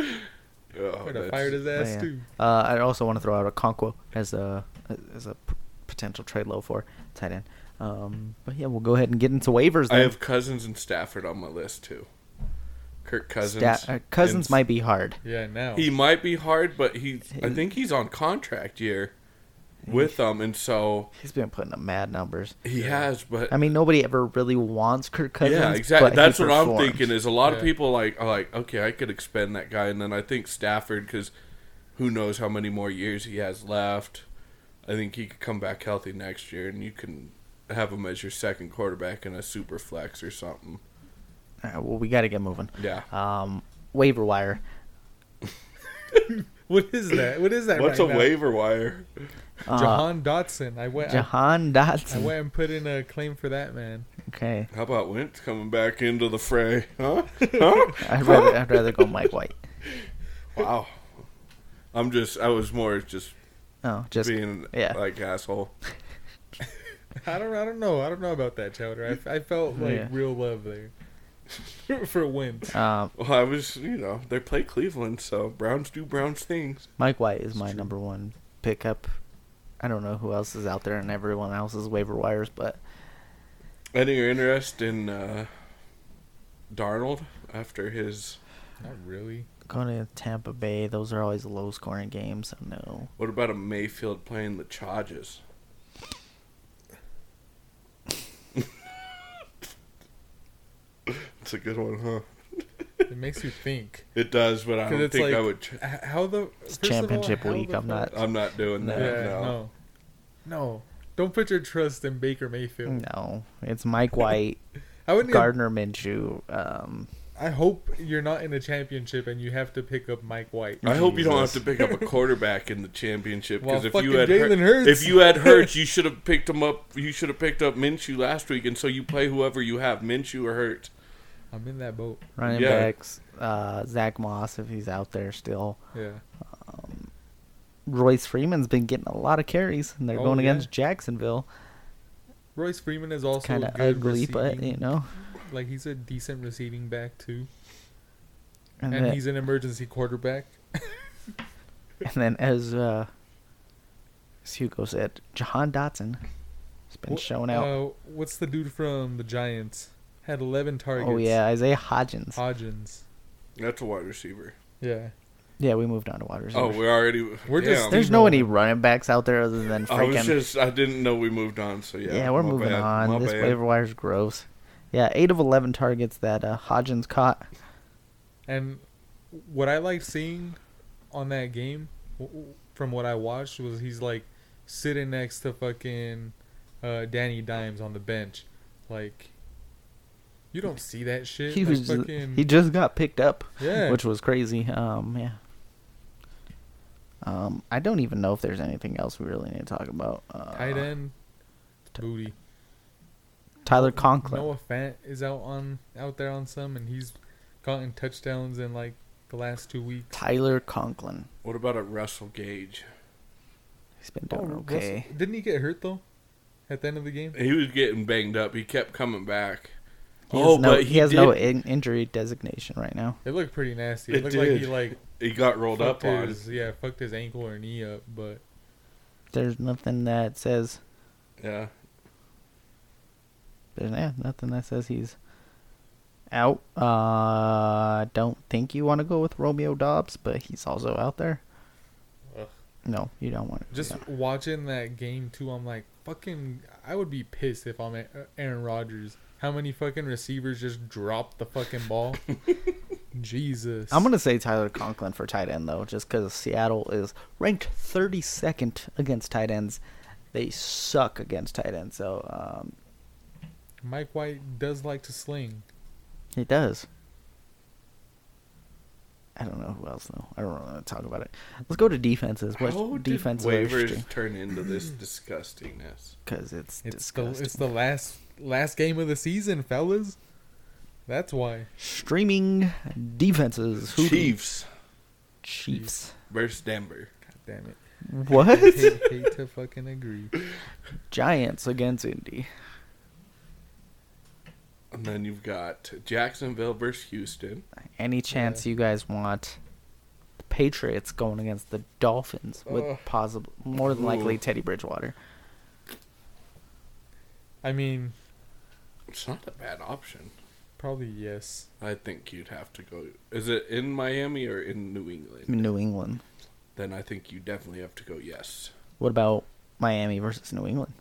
Oh, Would that's- have fired his ass Yeah. too. Uh, I also want to throw out a Conquo as a as a p- potential trade low for tight end. Um, but yeah, we'll go ahead and get into waivers. I Then. have Cousins and Stafford on my list too. Kirk Cousins. Sta- uh, cousins And- might be hard. Yeah, now. He might be hard, but he. I He- think he's on contract year with them, and so He's been putting up mad numbers. he Yeah. has. But I mean, nobody ever really wants Kirk Cousins. yeah, exactly. but he That's what I'm performs. thinking. Is a lot of Yeah. people like are like okay, I could expend that guy, and then I think Stafford because who knows how many more years he has left. I think he could come back healthy next year, and you can have him as your second quarterback in a super flex or something. All right, well, we got to get moving. Yeah. Um, waiver wire. what is that? What is that? What's right a now? waiver wire? Uh, Jahan Dotson. I went. I, Jahan I Dotson. went and put in a claim for that man. okay. How about Wentz coming back into the fray? *laughs* Huh? *laughs* Huh? I'd rather I'd rather go Mike White. Wow. I'm just. I was more just Oh, just being yeah. like asshole. I don't. I don't know. I don't know about that, Chowder. I, I felt like Yeah. real love there *laughs* for Wentz. um, Well, I was. You know, they play Cleveland, so Browns do Browns things. Mike White is my number one pickup. I don't know who else is out there and everyone else's waiver wires, but Any interest in uh, Darnold after his? Not really. going to Tampa Bay, those are always low scoring games. I know. What about a Mayfield playing the Chargers? *laughs* It's a good one, huh? It makes you think. It does, but I 'Cause don't it's think I like- would. Ch- H- How the It's first of all, championship how week, the I'm fuck- not- I'm not doing No. that. Yeah. no. No. No. Don't put your trust in Baker Mayfield. No, it's Mike White, I wouldn't. Mm. Gardner Minshew. Um, I hope you're not in a championship and you have to pick up Mike White. I hope you don't have Jesus. to pick up a quarterback in the championship Well, because if fucking you had Jalen Hur- Hurts. if you had Hurts, *laughs* you should have picked him up. You should have picked up Minshew last week, and so you play whoever you have, Minshew or Hurts. *laughs* I'm in that boat. running Yeah. backs, uh, Zach Moss if he's out there still. Yeah. Royce Freeman's been getting a lot of carries, and they're Oh, going yeah. against Jacksonville. Royce Freeman is also Kind of good ugly, receiving. but you know. like he's a decent receiving back too, And, and then, he's an emergency quarterback. and then as uh, as Hugo said, Jahan Dotson has been Wh- shown out. Uh, what's the dude from the Giants? Had 11 targets. oh yeah, Isaiah Hodgins. Hodgins. That's a wide receiver. Yeah. yeah, we moved on to wide Oh, receivers. we're already We're just- damn. There's Steve no any Nolan. running backs out there other than I was freaking. just I didn't know we moved on. So yeah, yeah, we're my moving bad, my on. This bad. waiver wire's gross. Yeah, eight of eleven targets that uh, Hodgins caught. And what I liked seeing on that game w- w- from what I watched was he's like sitting next to fucking uh, Danny Dimes on the bench, like. You don't see that shit. He like was just, fucking, he just got picked up, yeah. which was crazy. Um, yeah. Um, I don't even know if there's anything else we really need to talk about. Uh, tight end t- booty. Tyler Conklin. Noah Fant is out on out there on some, and he's gotten touchdowns in like the last two weeks. Tyler Conklin. What about a Russell Gage? He's been doing Oh, Russell- okay. didn't he get hurt though? At the end of the game, He was getting banged up. He kept coming back. He Oh, has no, but he, he has no did- in- injury designation right now. it looked pretty nasty. It, It looked like he did. like He got rolled up fucked on. his, yeah, fucked his ankle or knee up. But There's nothing that says. Yeah. There's yeah, nothing that says he's out. Uh, I don't think you want to go with Romeo Dobbs, but he's also out there. Ugh. No, you don't want to. just watching that game too, I'm like, fucking, I would be pissed if I'm A- Aaron Rodgers. How many fucking receivers just dropped the fucking *laughs* ball? Jesus, I'm gonna say Tyler Conklin for tight end though, just because Seattle is ranked 32nd against tight ends. They suck against tight ends, so um, Mike White does like to sling. He does. I don't know who else though. I don't want to talk about it. Let's go to defenses. How did What defenses are interesting? waivers turn into this disgustingness? Because it's, It's the, disgusting. it's the last last game of the season, fellas. That's why. Streaming defenses. Who do- Chiefs Chiefs. versus Denver. God damn *laughs* it. What? hate, hate to fucking agree. Giants against Indy. And then you've got Jacksonville versus Houston. Any chance you guys want the Patriots going against the Dolphins Ugh. with possible more than likely Ooh. Teddy Bridgewater. I mean, It's not a bad option. probably yes. I think you'd have to go. Is it in Miami or in New England? New England. Then I think you definitely have to go yes. What about Miami versus New England?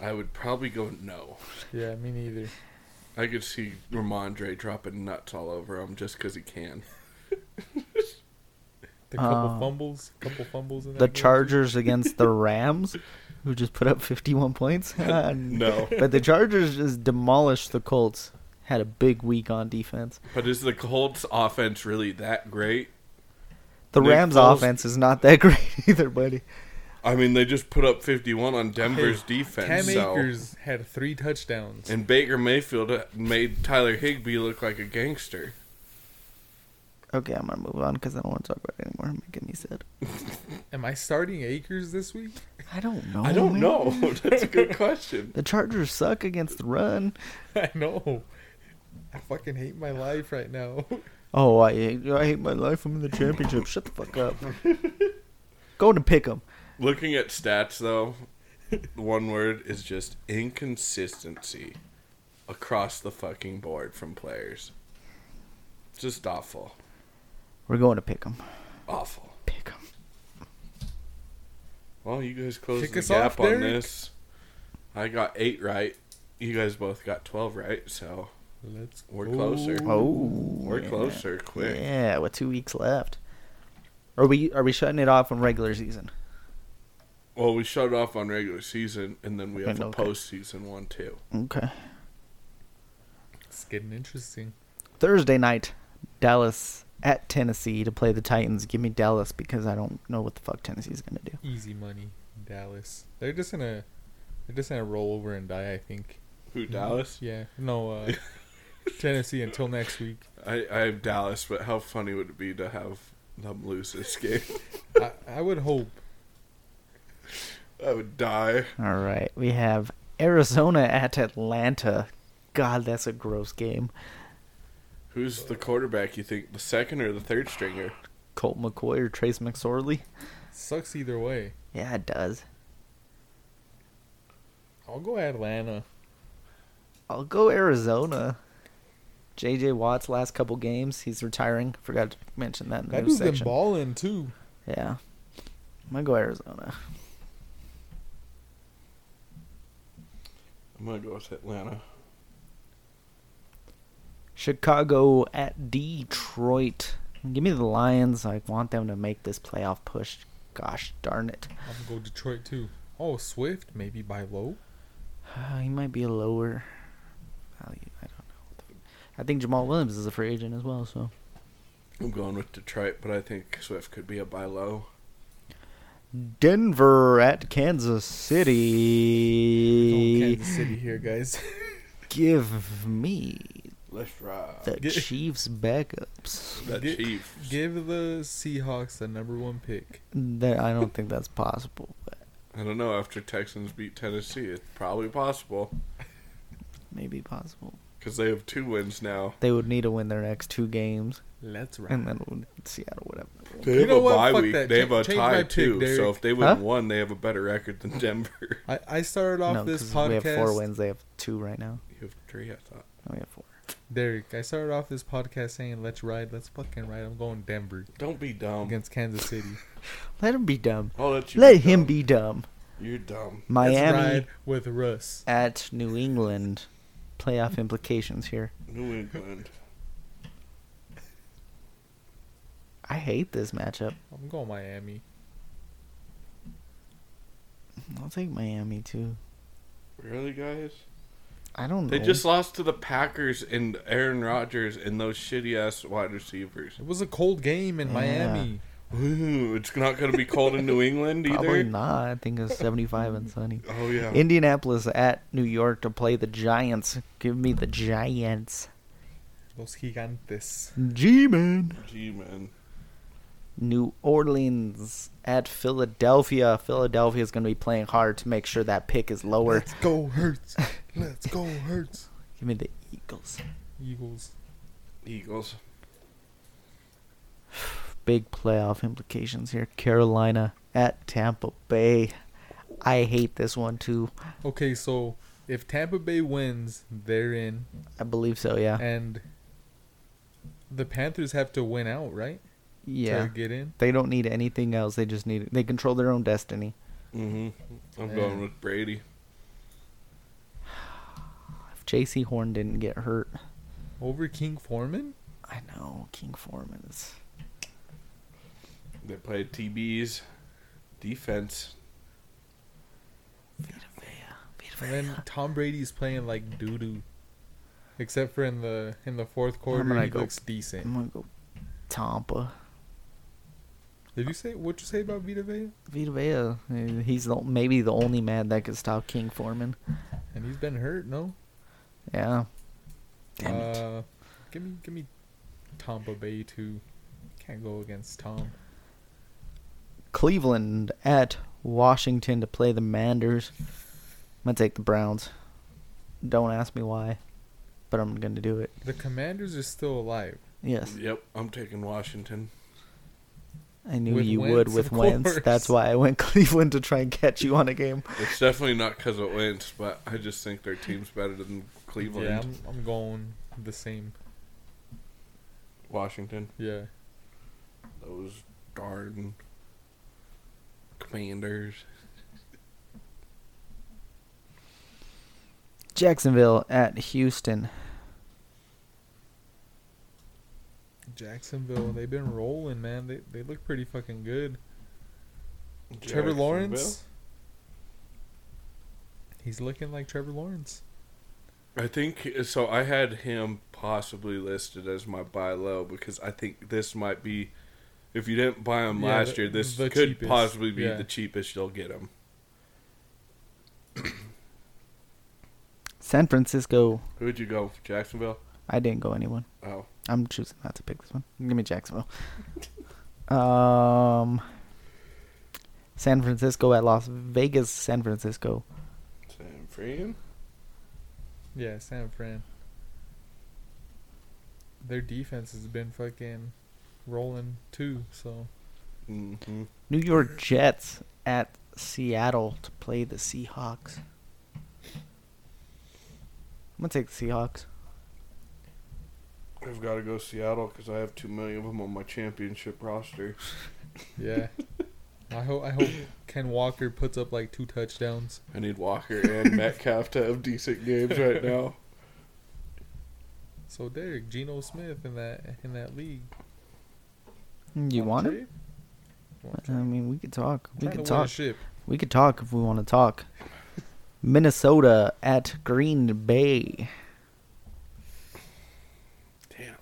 I would probably go no. Yeah, me neither. I could see Ramondre dropping nuts all over him just because he can. The couple Uh, fumbles, couple fumbles in that the game. Chargers against the Rams, who just put up 51 points. *laughs* No. But the Chargers just demolished the Colts. Had a big week on defense. *laughs* But is the Colts' offense really that great? The Nick Rams' Foles- offense is not that *laughs* great either, buddy. I mean, they just put up 51 on Denver's Cam defense. so- Akers had three touchdowns. And Baker Mayfield uh, made Tyler Higbee look like a gangster. Okay, I'm gonna move on because I don't want to talk about it anymore. You're Making me sad. Am I starting Akers this week? *laughs* I don't know. I don't Oh, man. know. *laughs* That's a good question. The Chargers suck against the run. I know. I fucking hate my life right now. *laughs* Oh, I hate, I hate my life. I'm in the championship. Shut the fuck *laughs* up. Going to pick 'em. Looking at stats, though, one word is just inconsistency across the fucking board from players. Just awful. We're going to pick 'em. Awful. Pick 'em. Well, you guys closed Kick the us off, gap on Derek. this. I got eight right. You guys both got 12 right, so Let's We're go. closer. Oh, we're yeah. closer quick. Yeah, with two weeks left. Are we are we shutting it off on regular season? Well, we shut off on regular season, and then we have a Okay. postseason one, too. Okay. It's getting interesting. Thursday night, Dallas at Tennessee to play the Titans. Give me Dallas because I don't know what the fuck Tennessee's gonna do. Easy money, Dallas. They're just gonna, they're just gonna roll over and die. I think. Who, Mm-hmm. Dallas? Yeah. No, *laughs* uh, Tennessee until next week. I, I have Dallas, but how funny would it be to have them lose this *laughs* game? I, I would hope. I would die. All right, we have Arizona at Atlanta. God, that's a gross game. Who's the quarterback you think? The second or the third stringer? Colt McCoy or Trace McSorley? Sucks either way. Yeah, it does. I'll go Atlanta. I'll go Arizona. J.J. Watt's last couple games, he's retiring. Forgot to mention that in the That news dude's been section. balling too. Yeah. I'm going to go Arizona. I'm going to go with Atlanta. Chicago at Detroit. Give me the Lions. I want them to make this playoff push Gosh darn it. *sighs* I'm gonna go Detroit too. Oh, Swift maybe by *laughs* low. Uh, he might be a lower value. I don't know. I think Jamal Williams is a free agent as well, so I'm going with Detroit, but I think Swift could be a buy low. Denver at Kansas City. Oh, Kansas City here, guys. *laughs* Give me Let's ride. *laughs* the Get- Chiefs backups. The Get- Chiefs. Give the Seahawks the number one pick. That I don't think that's possible, but I don't know. After Texans beat Tennessee, it's probably possible maybe possible. because they have two wins now. They would need to win their next two games, Let's ride. and then Seattle would have. They You have know a what? bye Fuck week. that. They have a Change- change my tie pick, too. Derek. so if they win Huh? one, they have a better record than *laughs* Denver. I, I started off no, this 'cause podcast. we have four wins. They have two right now. you have three, I thought. No, we have four. Derek, I started off this podcast saying let's ride, let's fucking ride. I'm going Denver Don't be dumb. against Kansas City. Let him be dumb. I'll let you. Let be him dumb. be dumb. You're dumb. Miami Let's ride with Russ. at New England. Playoff implications here. New England. I hate this matchup. I'm going Miami. I'll take Miami too. Really, guys? I don't They know. just lost to the Packers and Aaron Rodgers and those shitty ass wide receivers. It was a cold game in Yeah. Miami. Ooh, it's not going to be cold in *laughs* New England either. Probably not. I *laughs* think it's 75 and sunny. Oh yeah. Indianapolis at New York to play the Giants. Give me the Giants. Los Gigantes. G Man. Gee man. New Orleans at Philadelphia. Philadelphia is going to be playing hard to make sure that pick is lower. Let's go Hurts. Let's go Hurts. Give me the Eagles. Eagles. Eagles. Big playoff implications here. Carolina at Tampa Bay. I hate this one too. Okay, so if Tampa Bay wins, they're in, I believe so, yeah. *laughs* and the Panthers have to win out, right? Yeah. To get in. They don't need anything else. They just need they control their own destiny. Mm-hmm. I'm Yeah. going with Brady. If JC Horn didn't get hurt, Over King Foreman? I know King Foreman is They played TBs. Defense. Vita Vea. Vita And Vea. *laughs* then Tom Brady's playing like doo doo. Except for in the in the fourth I'm quarter gonna he go- looks I'm decent. gonna go Tampa. Did you say what you say about Vita Vea? Vita Vea. eh, He's the, maybe the only man that could stop King Foreman. And he's been hurt, no? Yeah. Damn it. Uh give me give me Tampa Bay too. Can't go against Tom. Cleveland at Washington to play the Manders. I'm gonna take the Browns. Don't ask me why, but I'm gonna do it. The commanders are still alive. Yes, Yep. I'm taking Washington. I knew With you Wentz, would with of Wentz. That's course. why I went *laughs* Cleveland to try and catch you on a game. It's definitely not because of Wentz, but I just think their team's better than Cleveland. Yeah, I'm, I'm going the same. Washington. Yeah. Those darn commanders. Jacksonville at Houston. Jacksonville, they've been rolling, man. They they look pretty fucking good. Trevor Lawrence. He's looking like Trevor Lawrence. I think so. I had him possibly listed as my buy low because I think this might be, if you didn't buy him Yeah, last the- year, this the could cheapest, possibly be yeah. the cheapest you'll get him. San Francisco. Who'd you go? Jacksonville. I didn't go anyone. Oh, I'm choosing not to pick this one. Give me *laughs* Jacksonville. um, San Francisco at Las Vegas. San Francisco. San Fran. Yeah, San Fran. Their defense has been fucking rolling too, so Mm-hmm. New York Jets at Seattle to play the Seahawks. I'm gonna take the Seahawks. I've got to go Seattle because I have two million of them on my championship roster. yeah. I hope I hope Ken Walker puts up like two touchdowns. I need Walker *laughs* and Metcalf to have decent games right now. So Derek, Geno Smith in that in that league. You want him? Well, I mean, we could talk. um, We trying to could win a talk. ship. We could talk if we want to talk. Minnesota at Green Bay. Damn.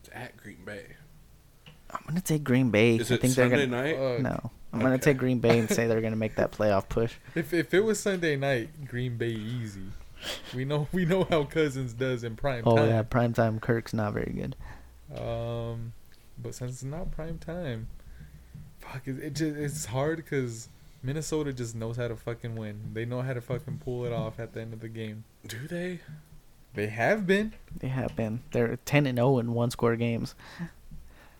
It's at Green Bay. I'm gonna take Green Bay. Is I it think they're Sunday gonna. night? Fuck. No, I'm gonna Okay. take Green Bay and say they're gonna make that *laughs* playoff push. If if it was Sunday night, Green Bay easy. We know *laughs* we know how Cousins does in prime Oh yeah, time. prime time. Kirk's not very good. Um, but since it's not prime time, fuck it. it just, it's hard because Minnesota just knows how to fucking win. They know how to fucking pull it off at the end of the game. Do they? They have been. They have been. They're 10 and 0 in one score games.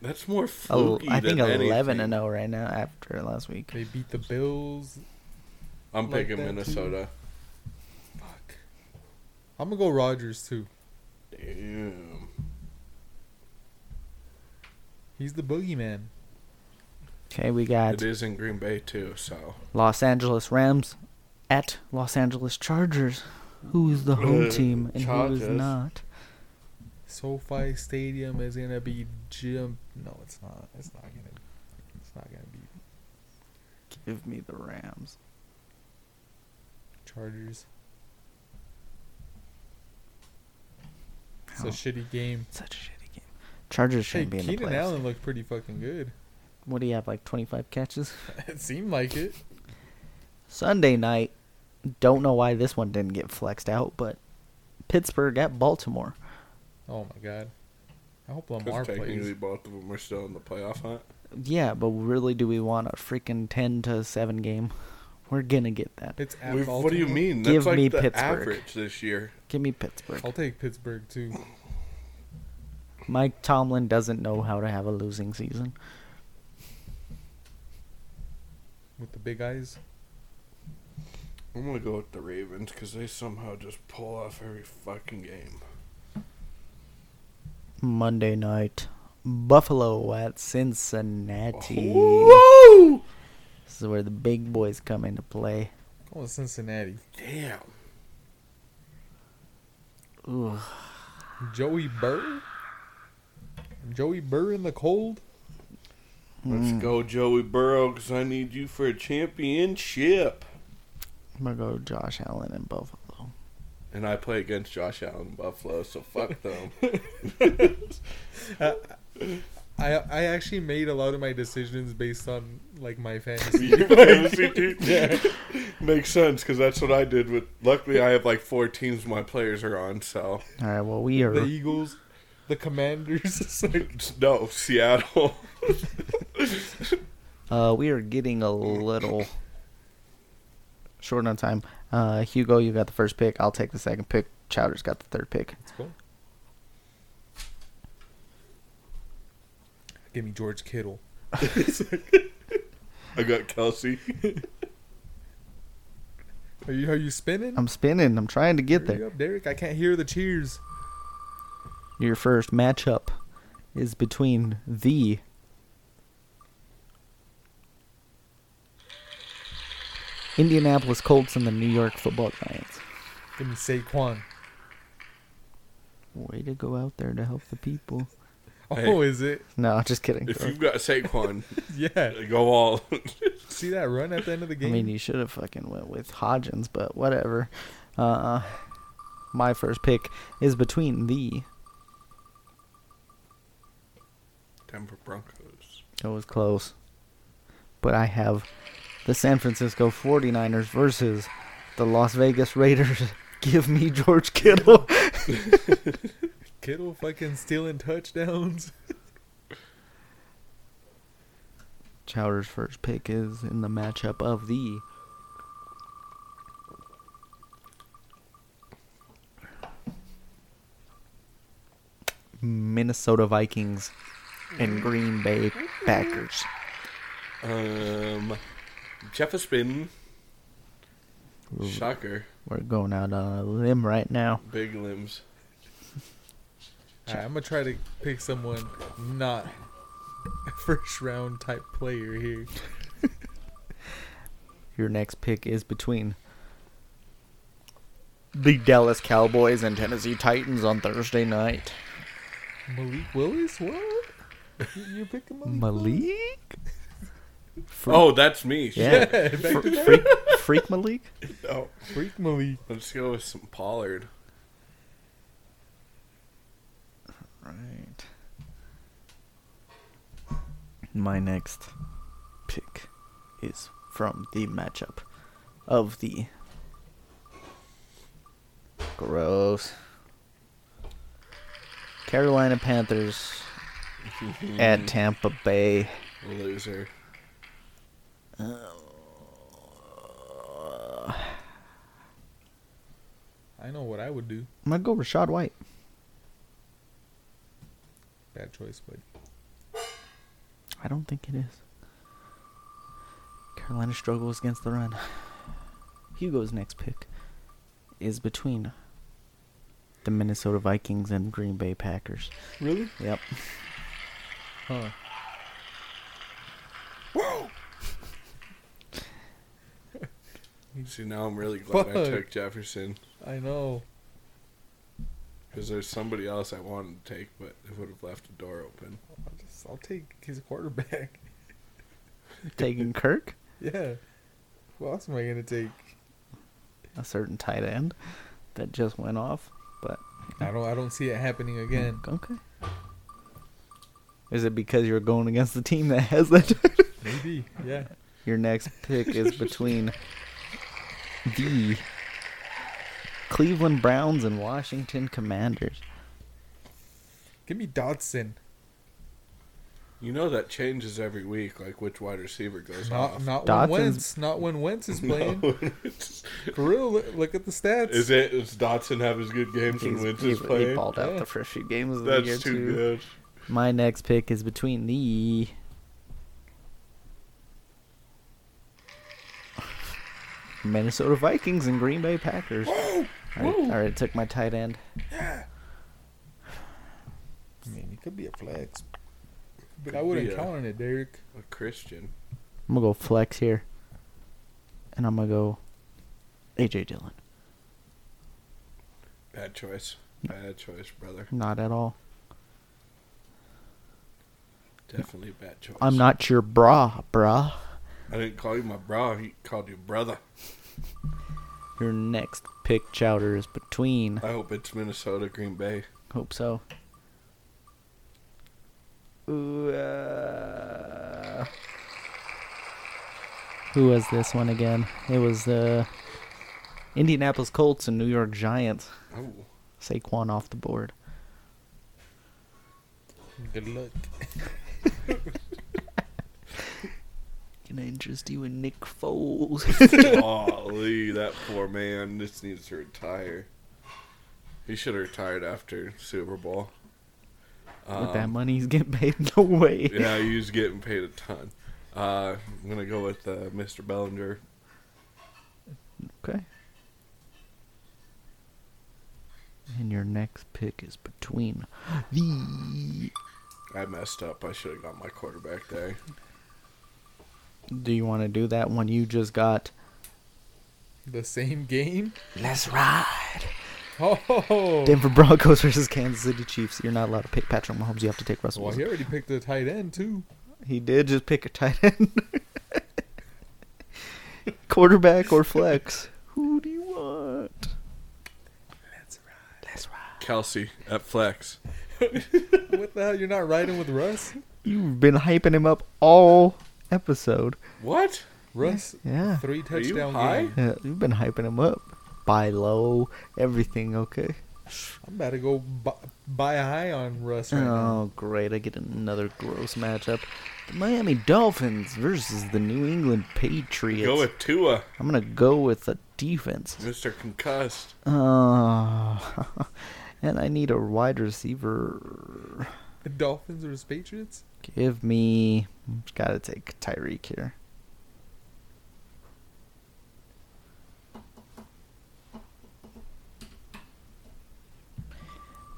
That's more Oh, fluky I think than 11 anything. and 0 right now after last week. They beat the Bills. I'm like picking that, too. Minnesota. Fuck. I'm gonna go Rodgers too. Damn. He's the boogeyman. Okay, we got It is in Green Bay too, so Los Angeles Rams at Los Angeles Chargers. Who is the home Uh, team and who Chargers. is not? SoFi Stadium is gonna be Jim. No, it's not. It's not gonna. It's not gonna be Give me the Rams. Chargers. It's Oh. a shitty game. Such a shitty game. Chargers Hey, shouldn't be in the Keenan playoffs. Allen looked pretty fucking good. *laughs* What do you have, like 25 catches? it seemed like it. Sunday night. Don't know why this one didn't get flexed out, but Pittsburgh at Baltimore. Oh my god. I hope Lamar because technically plays. both of them are still in the playoff hunt. Yeah, but really, do we want a freaking 10 to 7 game? We're gonna get that. It's at We've- What do you Baltimore. mean? That's Give like me the Pittsburgh. average this year. Give me Pittsburgh. I'll take Pittsburgh too. Mike Tomlin doesn't know how to have a losing season. With the big eyes. I'm gonna go with the Ravens because they somehow just pull off every fucking game. Monday night, Buffalo at Cincinnati. Oh. Woo! This is where the big boys come into play. Going with Cincinnati. Damn. Ooh, Joey Burr? Joey Burr in the *laughs* cold? Let's Mm. go, Joey Burrow, because I need you for a championship. I'm gonna go Josh Allen and Buffalo. And I play against Josh Allen in Buffalo, so *laughs* fuck them. I I actually made a lot of my decisions based on like my *laughs* fantasy. Your fantasy *laughs* team? Makes sense because that's what I did. With luckily, I have like four teams my players are on. So All right, well we the are Eagles, the Commanders. *laughs* It's like, no, Seattle. uh, we are getting a little short on time. Uh, Hugo, you got the first pick. I'll take the second pick. Chowder's got the third pick. Let's go. Give me George Kittle. I got Kelsey. Are you are you spinning? I'm spinning. I'm trying to get Hurry there. up, Derek. I can't hear the cheers. Your first matchup is between the Indianapolis Colts and the New York Football Giants. Give me Saquon. Way to go out there to help the people. Oh, is it? *laughs* No, just kidding. If you've got Saquon, Yeah. go all. See that run at the end of the I game? mean, you should have fucking went with Hodgins, but whatever. Uh, my first pick is between the. Denver Broncos. It was close, but I have the San Francisco 49ers versus the Las Vegas Raiders. *laughs* Give me George Kittle. *laughs* Kittle fucking stealing *laughs* touchdowns. Chowder's first pick is in the matchup of the Minnesota Vikings and Green Bay Packers. Um, Jefferson. Shocker. We're going out on a limb right now. Big limbs. All right, I'm gonna try to pick someone not *laughs* a first round type player here. Your next pick is between the Dallas Cowboys and Tennessee Titans on Thursday night. Malik Willis? What? You, you pick Malik. Malik? Freak, Oh, that's me. Yeah. Yeah, back fr- to that. freak, freak Malik? Oh. Freak Malik. Let's go with some Pollard. Right. My next pick is from the matchup of the. Gross. Carolina Panthers at Tampa Bay. Loser. I know what I would do. I'm going to go Rashad White. Bad choice, but I don't think it is. Carolina struggles against the run. Hugo's next pick is between the Minnesota Vikings and Green Bay Packers. really, Yep. huh? See, now I'm really glad I Fuck. took Jefferson I know. because there's somebody else I wanted to take, but it would have left the door open. I'll just I'll take his quarterback. *laughs* Taking Kirk, Yeah. Who else am I gonna take? a certain tight end that just went off, but I don't. I don't see it happening again. okay. Is it because you're going against the team that has that? Maybe. Yeah. Your next pick is between the Cleveland Browns and Washington Commanders. Give me Dodson. You know that changes every week, like which wide receiver goes Not off. *laughs* not when Dotson's- Wentz. Not when Wentz is playing. it's, For real. Look, look at the stats. is it? Does Dotson have as good games when Wentz is he playing? balled out Yeah. the first few games of the year That's too. too good. My next pick is between the Minnesota Vikings and Green Bay Packers. I Woo! already took my tight end. I mean, it could be a flex, but Could I wouldn't be a- count on it, Derek. A Christian. I'm gonna go flex here, and I'm gonna go AJ Dillon. Bad choice. Bad choice, brother. Not at all. Definitely bad choice. I'm not your bra, brah. I didn't call you my bra. He called you brother. Your next pick, Chowder, is between. I hope it's Minnesota, Green Bay. Hope so. Ooh, uh, who was this one again? It was the Indianapolis Colts and New York Giants. Oh, *laughs* Saquon off the board. Good luck. Can I interest you in Nick Foles? *laughs* golly, that poor man just needs to retire. He should have retired after Super Bowl. With that Um, money he's getting paid, *laughs* no way. yeah, he's getting paid a ton. Uh, I'm gonna go with uh, Mr. Bellinger. Okay. And your next pick is between the. I messed up. I should have got my quarterback there. Do you want to do that one you just got? The same game. *laughs* Let's ride. Oh. Denver Broncos versus Kansas City Chiefs. You're not allowed to pick Patrick Mahomes. You have to take Russell Well, he Wilson. already picked the tight end too. He did just pick a tight end. *laughs* Quarterback or flex. Who do you want? Let's ride. Let's ride. Kelsey at flex. what the hell? You're not riding with Russ? You've been hyping him up all episode. What? Russ, Yeah. three Are you touchdown high? game. Yeah, you've been hyping him up. Buy low, everything, okay? I'm about to go bu- buy high on Russ right now. Oh, great. I get another gross matchup. The Miami Dolphins versus the New England Patriots. Go with Tua, I'm gonna go with the defense. Mr. Concussed. Uh, *laughs* and I need a wide receiver. The Dolphins versus Patriots. Give me. Just Gotta take Tyreek here.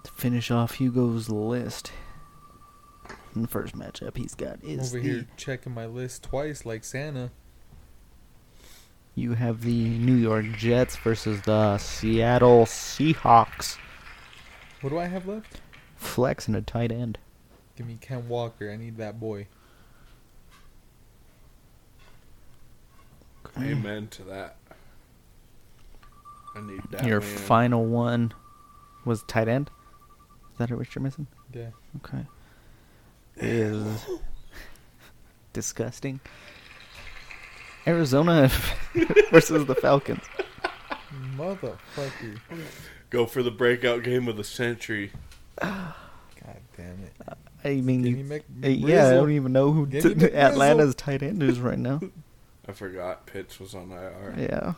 To finish off Hugo's list, and the first matchup he's got I'm is over the, here checking my list twice, like Santa. you have the New York Jets versus the Seattle Seahawks. What do I have left? Flex and a tight end. Give me Ken Walker. I need that boy. Amen to that. I need that. Your man. final one was tight end. Is that what you're missing? Yeah. Okay. *laughs* Is disgusting. Arizona *laughs* versus the Falcons. Motherfucker. Go for the breakout game of the century. God damn it. I mean, Give you, me Mac- uh, yeah, I Brizzle. don't even know who Give me t- McBrizzle. *laughs* Atlanta's tight end is *laughs* right now. I forgot Pitts was on IR. Yeah.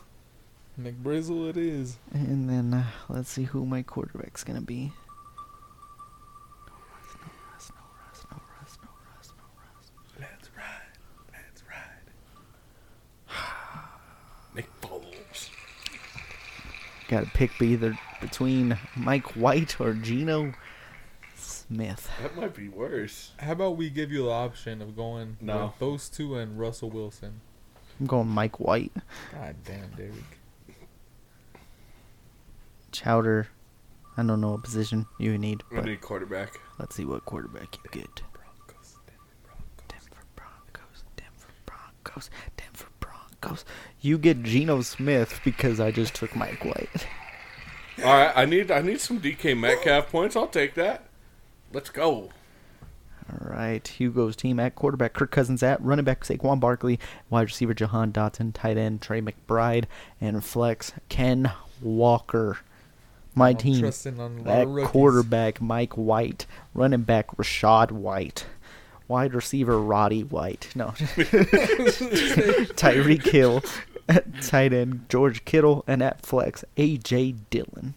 McBrizzle it is. And then uh, let's see who my quarterback's gonna be. No rust, no rust, no rust, no rust, no rust, Let's ride. Let's ride. Nick Foles. no rust. Gotta pick be either between Mike White or Geno Smith. That might be worse. How about we give you the option of going No. with those two and Russell Wilson? I'm going Mike White. God damn, Derek. Chowder. I don't know what position you need, I but need quarterback. let's see what quarterback you get. Broncos, Denver Broncos. Denver Broncos, Denver Broncos, Denver Broncos. You get Geno Smith because I just took Mike White. All right, I need I need some DK Metcalf points. I'll take that. Let's *laughs* go. All right, Hugo's team at quarterback Kirk Cousins at running back Saquon Barkley, wide receiver Jahan Dotson, tight end Trey McBride, and flex Ken Walker. My I'm team Trusting on a lot at of rookies. quarterback Mike White, running back Rashad White, wide receiver Roddy White. No, *laughs* Tyreek Hill, at tight end George Kittle, and at flex A.J. Dillon.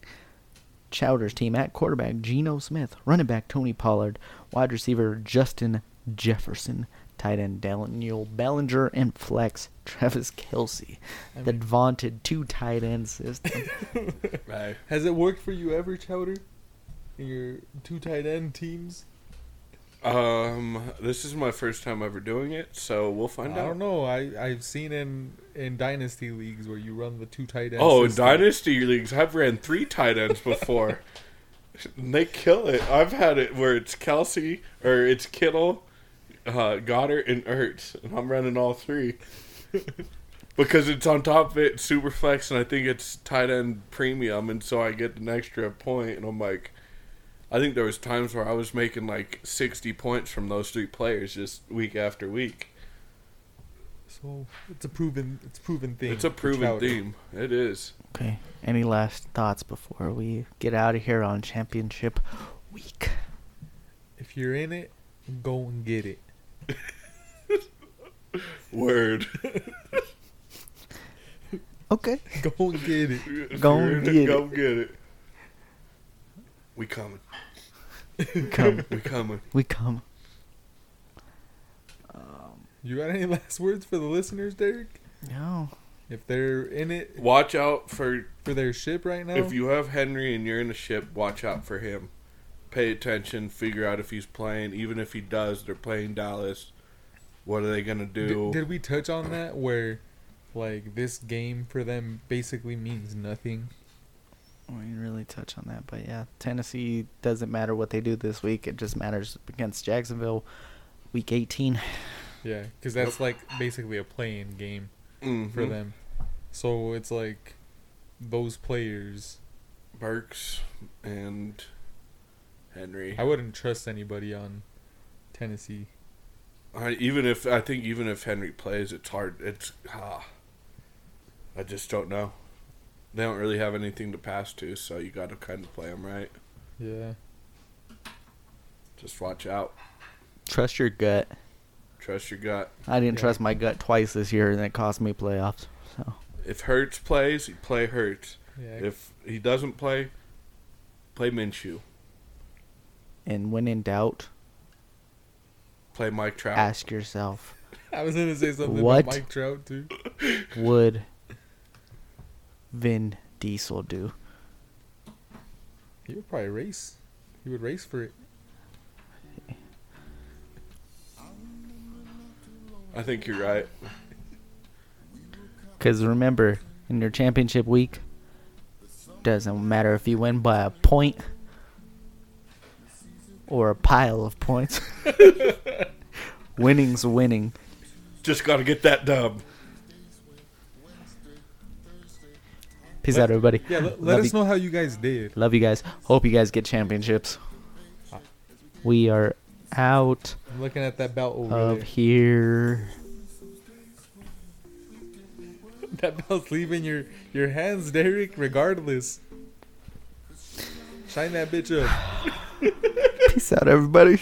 Chowder's team at quarterback Geno Smith, running back Tony Pollard, wide receiver Justin Jefferson, tight end Daniel Bellinger, and flex Travis Kelsey. I The mean- vaunted two tight end system. Right. *laughs* Has it worked for you ever, Chowder? In your two tight end teams? Um, this is my first time ever doing it, so we'll find I out. don't know. I I've seen in in dynasty leagues where you run the two tight ends. Oh, in dynasty leagues, I've ran three tight ends before. *laughs* and they kill it. I've had it where it's Kelsey or it's Kittle, uh, Goddard, and Ertz, and I'm running all three *laughs* because it's on top of it Superflex, and I think it's tight end premium, and so I get an extra point, and I'm like. I think there was times where I was making like 60 points from those three players just week after week. So it's a proven it's a proven thing. It's a for proven Chowder. theme. It is. *laughs* okay, any last thoughts before we get out of here on championship week? If you're in it, go and get it. *laughs* Word. Okay. Go and get it. *laughs* Go You're in get it. Go get it. We coming. We *laughs* come. We coming. we come. You got any *laughs* last words for the listeners, Derek? No. If they're in it Watch out for for their ship right now, if you have Henry and you're in a ship. Watch out for him. Pay attention. Figure out if he's playing. Even if he does, they're playing Dallas. What are they gonna do? did, did we touch on that where like this game for them basically means nothing? We didn't really touch on that, but yeah, Tennessee doesn't matter what they do this week. It just matters against Jacksonville, week 18. Yeah, because that's like basically a play-in game Mhm. for them. So it's like those players. Burks and Henry. I wouldn't trust anybody on Tennessee. I, even if I think even if Henry plays, it's hard. It's ah, I just don't know. They don't really have anything to pass to, so you got to kind of play them right. Yeah, Just watch out. Trust your gut. Trust your gut. I didn't Yeah. trust my gut twice this year, and it cost me playoffs. So If Hurts plays, you play Hurts. yeah. If he doesn't play, play Minshew. And when in doubt, Play Mike Trout. ask yourself I was gonna say something What? about Mike Trout too. would Vin Diesel do? He would probably race. He would race for it. I think you're right. Because remember, in your championship week, doesn't matter if you win by a point or a pile of points. *laughs* Winning's winning. Just got to get that dub. Peace Let- out, everybody. Yeah, let, let Love us you- know how you guys did. Love you guys. Hope you guys get championships. We are out I'm looking at that belt over of there. *laughs* here. That belt's leaving your your hands, Derek. Regardless, shine that bitch up. Peace out, everybody.